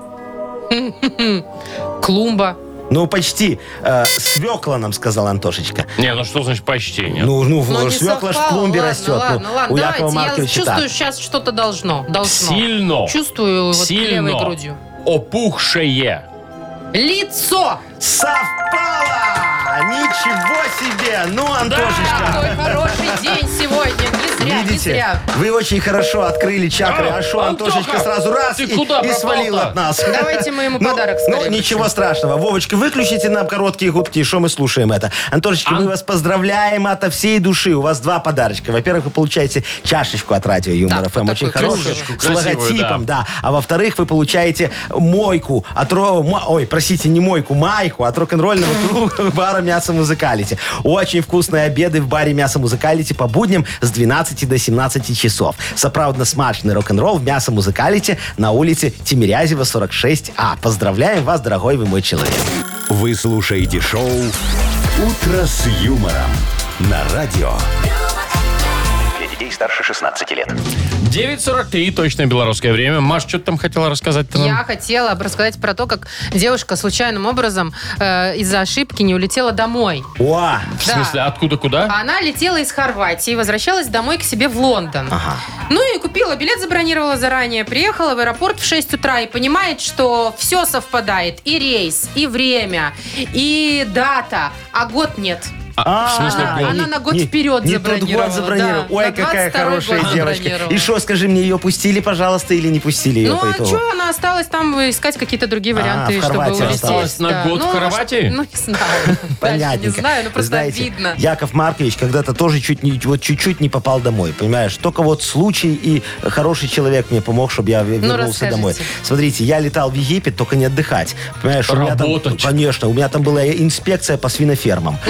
[SPEAKER 3] Клумба.
[SPEAKER 4] Ну, почти. Э, свекла нам сказал Антошечка.
[SPEAKER 2] Не, ну что значит почти? Нет.
[SPEAKER 4] Ну, ну,
[SPEAKER 3] Но не
[SPEAKER 4] свекла ж в
[SPEAKER 3] совпало.
[SPEAKER 4] клумбе
[SPEAKER 3] Ладно,
[SPEAKER 4] растет. Ну,
[SPEAKER 3] Ладно, ладно,
[SPEAKER 4] у
[SPEAKER 3] давайте.
[SPEAKER 4] Якова
[SPEAKER 3] Я
[SPEAKER 4] Марковича так.
[SPEAKER 3] чувствую, сейчас что-то должно. Должно.
[SPEAKER 2] Сильно.
[SPEAKER 3] Чувствую вот
[SPEAKER 2] Сильно.
[SPEAKER 3] левой грудью.
[SPEAKER 2] Опухшее.
[SPEAKER 3] Лицо!
[SPEAKER 4] Совпало! Ничего себе! Ну,
[SPEAKER 3] Да,
[SPEAKER 4] Антошечка,
[SPEAKER 3] А, какой хороший день сегодня. Не зря, не
[SPEAKER 4] видите,
[SPEAKER 3] зря.
[SPEAKER 4] вы очень хорошо открыли чакры.
[SPEAKER 2] А,
[SPEAKER 4] А что, Антошечка
[SPEAKER 2] Антоха,
[SPEAKER 4] сразу раз
[SPEAKER 2] ты
[SPEAKER 4] и,
[SPEAKER 2] куда
[SPEAKER 4] и
[SPEAKER 2] пропал-то?
[SPEAKER 4] свалил от нас.
[SPEAKER 3] Давайте мы ему
[SPEAKER 4] (laughs) Ну,
[SPEAKER 3] подарок
[SPEAKER 4] Ну,
[SPEAKER 3] скорее
[SPEAKER 4] ничего страшного. Вовочка, выключите нам короткие губки, что мы слушаем это. Антошечка,
[SPEAKER 2] А?
[SPEAKER 4] мы вас поздравляем ото всей души. У вас два подарочка. Во-первых, вы получаете чашечку от радио Юмор
[SPEAKER 3] Да,
[SPEAKER 4] ФМ,
[SPEAKER 3] вот
[SPEAKER 4] очень
[SPEAKER 3] такую
[SPEAKER 4] хорошую,
[SPEAKER 2] кружечку
[SPEAKER 4] с
[SPEAKER 2] красивую,
[SPEAKER 4] логотипом, да. А во-вторых, вы получаете мойку от... ро- ма- Ой, простите, не мойку, майку от
[SPEAKER 3] (laughs)
[SPEAKER 4] рок-н-ролльного круга бара «Мясо Музыкалити». Очень вкусные обеды в баре «Мясо Музыкалити» по будням с 12 до 17 часов. Соправдно смачный рок-н-ролл в «Мясо Музыкалити» на улице Тимирязева, 46А. Поздравляем вас, дорогой вы мой человек.
[SPEAKER 1] Вы слушаете шоу «Утро с юмором» на радио.
[SPEAKER 5] Для детей старше 16 лет.
[SPEAKER 2] 9.43, точное белорусское время. Маш, что ты там хотела рассказать-то нам?
[SPEAKER 3] Я хотела бы рассказать про то, как девушка случайным образом э, из-за ошибки не улетела домой.
[SPEAKER 4] О,
[SPEAKER 2] В смысле, откуда куда?
[SPEAKER 3] Она летела из Хорватии и возвращалась домой к себе в Лондон.
[SPEAKER 4] Ага.
[SPEAKER 3] Ну и купила билет, забронировала заранее, приехала в аэропорт в 6 утра и понимает, что все совпадает. И рейс, и время, и дата, а год нет.
[SPEAKER 2] А, в смысле,
[SPEAKER 3] А,
[SPEAKER 2] год?
[SPEAKER 3] она на год
[SPEAKER 4] Не-
[SPEAKER 3] вперед
[SPEAKER 4] не тот
[SPEAKER 3] забронировала.
[SPEAKER 4] год забронировала.
[SPEAKER 3] да.
[SPEAKER 4] Ой,
[SPEAKER 3] На
[SPEAKER 4] какая
[SPEAKER 3] 22-й
[SPEAKER 4] хорошая
[SPEAKER 3] год
[SPEAKER 4] девочка. И
[SPEAKER 3] забронировала.
[SPEAKER 4] что, скажи мне, ее пустили, пожалуйста, или не пустили ее
[SPEAKER 3] Ну
[SPEAKER 4] по
[SPEAKER 3] а
[SPEAKER 4] итогу?
[SPEAKER 3] что, она осталась там искать какие-то другие
[SPEAKER 4] А,
[SPEAKER 3] варианты,
[SPEAKER 4] в
[SPEAKER 3] чтобы
[SPEAKER 4] Хорватии
[SPEAKER 3] улететь.
[SPEAKER 4] осталась.
[SPEAKER 2] На
[SPEAKER 3] да.
[SPEAKER 2] год
[SPEAKER 3] ну,
[SPEAKER 2] в
[SPEAKER 3] она ж-
[SPEAKER 2] Хорватии?
[SPEAKER 3] Ну, не знаю. Дальше не
[SPEAKER 4] Понятненько.
[SPEAKER 3] знаю, ну просто
[SPEAKER 4] Знаете,
[SPEAKER 3] обидно.
[SPEAKER 4] Яков Маркович когда-то тоже чуть не, вот чуть-чуть не попал домой, понимаешь? Только вот случай и хороший человек мне помог, чтобы я в- вернулся
[SPEAKER 3] Ну, расскажите.
[SPEAKER 4] домой. Смотрите, я летал в Египет, только не отдыхать. Понимаешь, у меня там,
[SPEAKER 2] Работать.
[SPEAKER 4] конечно, у меня там была инспекция по свинофермам.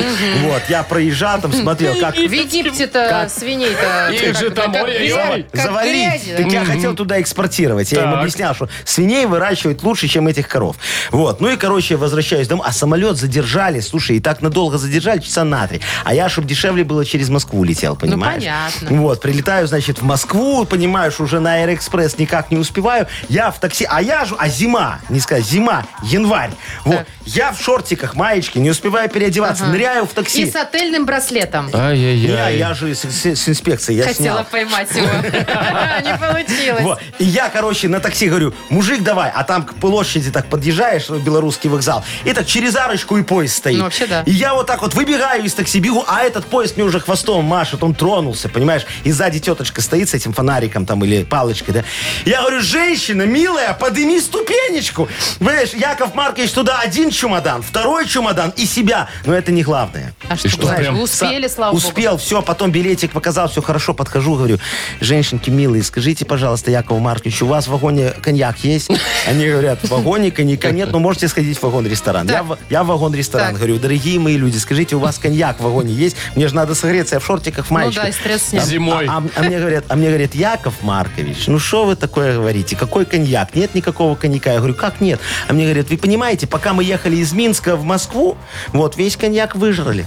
[SPEAKER 4] Вот, я проезжал, там смотрел, как
[SPEAKER 3] В Египте-то
[SPEAKER 4] Как?
[SPEAKER 3] свиней-то...
[SPEAKER 2] Их
[SPEAKER 3] как-
[SPEAKER 2] же там,
[SPEAKER 3] как
[SPEAKER 2] ой-ой-ой.
[SPEAKER 3] грязь, как
[SPEAKER 4] завалить.
[SPEAKER 3] грязи.
[SPEAKER 4] Так я хотел туда экспортировать. Я им
[SPEAKER 2] Так.
[SPEAKER 4] объяснял, что свиней выращивать лучше, чем этих коров. Вот. Ну и, короче, я возвращаюсь домой. А самолет задержали, слушай, и так надолго задержали, часа на три. А я, чтобы дешевле было, через Москву летел, понимаешь?
[SPEAKER 3] Ну, понятно.
[SPEAKER 4] Вот. Прилетаю, значит, в Москву, понимаешь, уже на Аэроэкспресс никак не успеваю. Я в такси, а я же, а зима, не сказать, зима, январь. Вот. Я в шортиках, маечке, не успеваю переодеваться, ныряю в такси.
[SPEAKER 3] И с отельным браслетом.
[SPEAKER 4] Я,
[SPEAKER 2] Ай-яй-яй.
[SPEAKER 4] я же с, с- с инспекцией, я снял.
[SPEAKER 3] Хотела поймать
[SPEAKER 4] (laughs)
[SPEAKER 3] его. (laughs) Не
[SPEAKER 4] Вот.
[SPEAKER 3] получилось.
[SPEAKER 4] И я, короче, на такси говорю, мужик, давай, а там к площади так подъезжаешь, ну, белорусский вокзал, и так через арочку и поезд стоит.
[SPEAKER 3] Ну, вообще да.
[SPEAKER 4] И я вот так вот выбегаю из такси, бегу, а этот поезд мне уже хвостом машет, он тронулся, понимаешь? И сзади теточка стоит с этим фонариком там или палочкой, да? Я говорю, женщина, милая, подними ступенечку. Понимаешь, Яков Маркович туда один чемодан, второй чемодан и себя. Но это не главное.
[SPEAKER 3] А что,
[SPEAKER 2] что,
[SPEAKER 3] говоришь,
[SPEAKER 2] прям
[SPEAKER 3] вы успели, слава богу.
[SPEAKER 4] Успел, все, потом билетик показал, все хорошо, подхожу, говорю, женщинки милые, скажите, пожалуйста, Якову Марковичу, у вас в вагоне коньяк есть? Они говорят, в вагоне коньяка нет, но можете сходить в вагон-ресторан. Я, в- я в вагон-ресторан,
[SPEAKER 3] Так.
[SPEAKER 4] говорю, дорогие мои люди, скажите, у вас коньяк в вагоне есть? Мне же надо согреться, я в шортиках, в
[SPEAKER 3] Ну
[SPEAKER 4] маечке.
[SPEAKER 3] да, и стресс снять.
[SPEAKER 2] Зимой.
[SPEAKER 4] А, а- а мне говорят, а мне говорят, Яков Маркович, ну что вы такое говорите? Какой коньяк? Нет никакого коньяка. Я говорю, как нет? А мне говорят, вы понимаете, пока мы ехали из Минска в Москву, вот весь коньяк выжрали.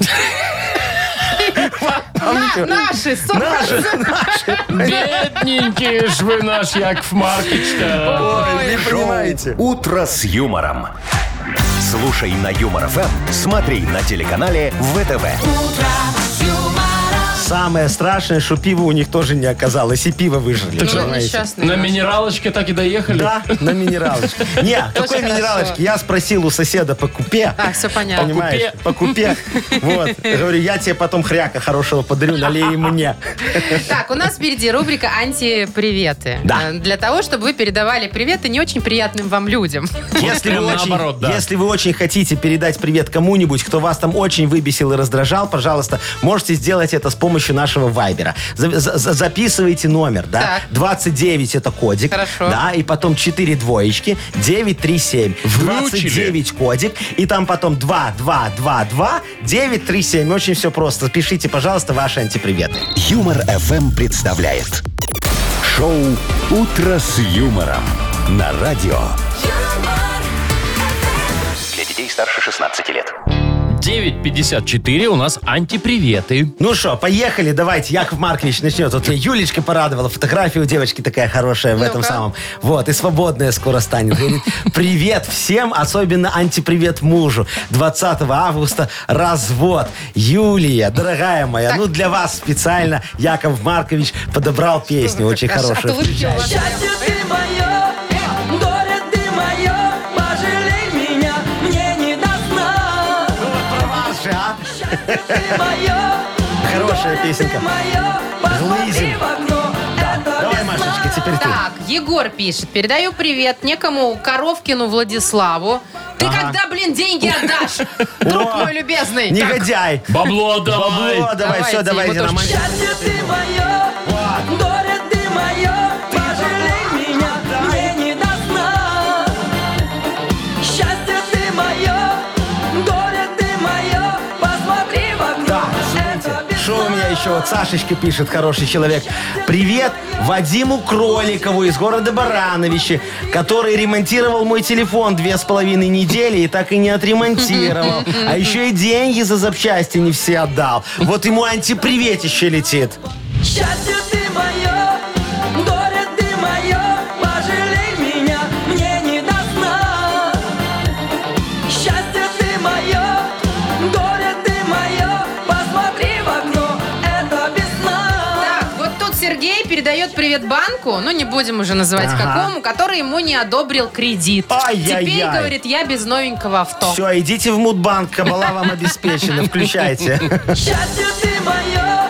[SPEAKER 4] А мне
[SPEAKER 3] На-
[SPEAKER 4] говорят,
[SPEAKER 3] Наши, сорок.
[SPEAKER 4] Наши, Ну, наши.
[SPEAKER 2] Бедненький ж вы наш Яков Маркич-то.
[SPEAKER 4] Ой, не понимаете.
[SPEAKER 1] «Утро с юмором». Слушай на Юмор ФМ, смотри на телеканале ВТВ.
[SPEAKER 4] Самое страшное, что пива у них тоже не оказалось, и пиво выжрали.
[SPEAKER 3] Ну,
[SPEAKER 4] понимаете?
[SPEAKER 3] несчастный
[SPEAKER 2] На
[SPEAKER 3] наш.
[SPEAKER 2] минералочке так и доехали.
[SPEAKER 4] Да, на минералочке. Не, какой
[SPEAKER 3] хорошо.
[SPEAKER 4] минералочки? Я спросил у соседа по купе.
[SPEAKER 3] А, все понятно.
[SPEAKER 4] Понимаешь? По купе. Вот. Говорю, я тебе потом хряка хорошего подарю, налей и мне.
[SPEAKER 3] Так, у нас впереди рубрика «Антиприветы».
[SPEAKER 4] Да.
[SPEAKER 3] Э, Для того, чтобы вы передавали приветы не очень приятным вам людям.
[SPEAKER 4] Если
[SPEAKER 2] прям
[SPEAKER 4] вы, очень,
[SPEAKER 2] наоборот, да.
[SPEAKER 4] если вы очень хотите передать привет кому-нибудь, кто вас там очень выбесил и раздражал, пожалуйста, можете сделать это с помощью нашего вайбера. За- за- за- записывайте номер, да?
[SPEAKER 3] Так.
[SPEAKER 4] 29 это кодик.
[SPEAKER 3] Хорошо.
[SPEAKER 4] Да, и потом 4 двоечки, 937.
[SPEAKER 2] Выучили?
[SPEAKER 4] 29 кодик, и там потом 2, 2, 2, 2, 9, 3, 7. Очень все просто. Пишите, пожалуйста, ваши антиприветы.
[SPEAKER 1] Юмор ФМ представляет. Шоу «Утро с юмором» на радио.
[SPEAKER 5] Для детей старше 16 лет.
[SPEAKER 2] 9.54 у нас антиприветы.
[SPEAKER 4] Ну что, поехали, давайте, Яков Маркович начнет. Вот меня Юлечка порадовала, фотография у девочки такая хорошая в этом
[SPEAKER 3] Ну-ка.
[SPEAKER 4] самом. Вот, и свободная скоро станет. Говорит, привет всем, особенно антипривет мужу. 20 августа развод. Юлия, дорогая моя, ну для вас специально Яков Маркович подобрал песню очень хорошую.
[SPEAKER 3] Отулыбки у вас.
[SPEAKER 9] Счастье ты мое, горе ты мое, пожалей меня, мне не до сна. Счастье ты мое,
[SPEAKER 4] Хорошая
[SPEAKER 9] горе ты
[SPEAKER 4] песенка.
[SPEAKER 9] мое, посмотри
[SPEAKER 4] Глызин.
[SPEAKER 9] в окно, это
[SPEAKER 4] Давай,
[SPEAKER 9] весна.
[SPEAKER 4] Машечка, теперь ты.
[SPEAKER 3] Так, Егор пишет. Передаю привет некому Коровкину Владиславу. Ты когда, блин, деньги
[SPEAKER 4] (laughs)
[SPEAKER 3] отдашь? Друг
[SPEAKER 4] О,
[SPEAKER 3] мой любезный.
[SPEAKER 4] Негодяй.
[SPEAKER 2] Бабло давай.
[SPEAKER 4] Бабло, давай,
[SPEAKER 3] Давайте,
[SPEAKER 4] все, давай,
[SPEAKER 3] ему тоже
[SPEAKER 4] Роман.
[SPEAKER 9] Счастье ты мое, горе ты мое, пожалей меня, мне не до сна. Счастье ты мое, горе ты мое, посмотри в окно.
[SPEAKER 4] Да, смотрите,
[SPEAKER 9] это весна.
[SPEAKER 4] что у меня еще? Вот Сашечка пишет, хороший человек. Привет Вадиму Кроликову из города Барановичи, который ремонтировал мой телефон две с половиной недели и так и не отремонтировал. А еще и деньги за запчасти не все отдал. Вот ему антиприветище летит.
[SPEAKER 9] Счастье ты мое, горе ты мое, пожалей меня, мне не до сна. Счастье ты мое, горе ты мое, посмотри в окно, это весна.
[SPEAKER 3] Так, вот тут Сергей передает привет банку, ну не будем уже называть
[SPEAKER 4] Ага.
[SPEAKER 3] какому, который ему не одобрил кредит.
[SPEAKER 4] Ай-яй-яй.
[SPEAKER 3] Теперь, говорит, я без новенького авто.
[SPEAKER 4] Все, идите в Мудбанк, кабала вам обеспечена, включайте.
[SPEAKER 9] Счастье ты мое,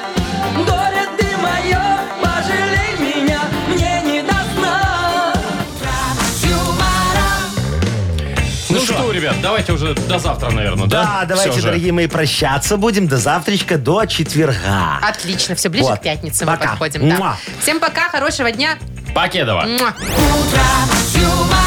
[SPEAKER 9] горе ты мое, пожалей меня, мне не до сна.
[SPEAKER 2] Ну что, ребят, давайте уже до завтра, наверное, да?
[SPEAKER 4] Да, давайте,
[SPEAKER 2] Всё же.
[SPEAKER 4] дорогие мои, прощаться будем до завтрачка, до четверга.
[SPEAKER 3] Отлично, все ближе
[SPEAKER 4] Вот.
[SPEAKER 3] к пятнице мы
[SPEAKER 4] Пока.
[SPEAKER 3] подходим. да.
[SPEAKER 4] Муа.
[SPEAKER 3] Всем пока, хорошего дня.
[SPEAKER 2] Покедова.
[SPEAKER 3] Муа.
[SPEAKER 9] Утро с юмором.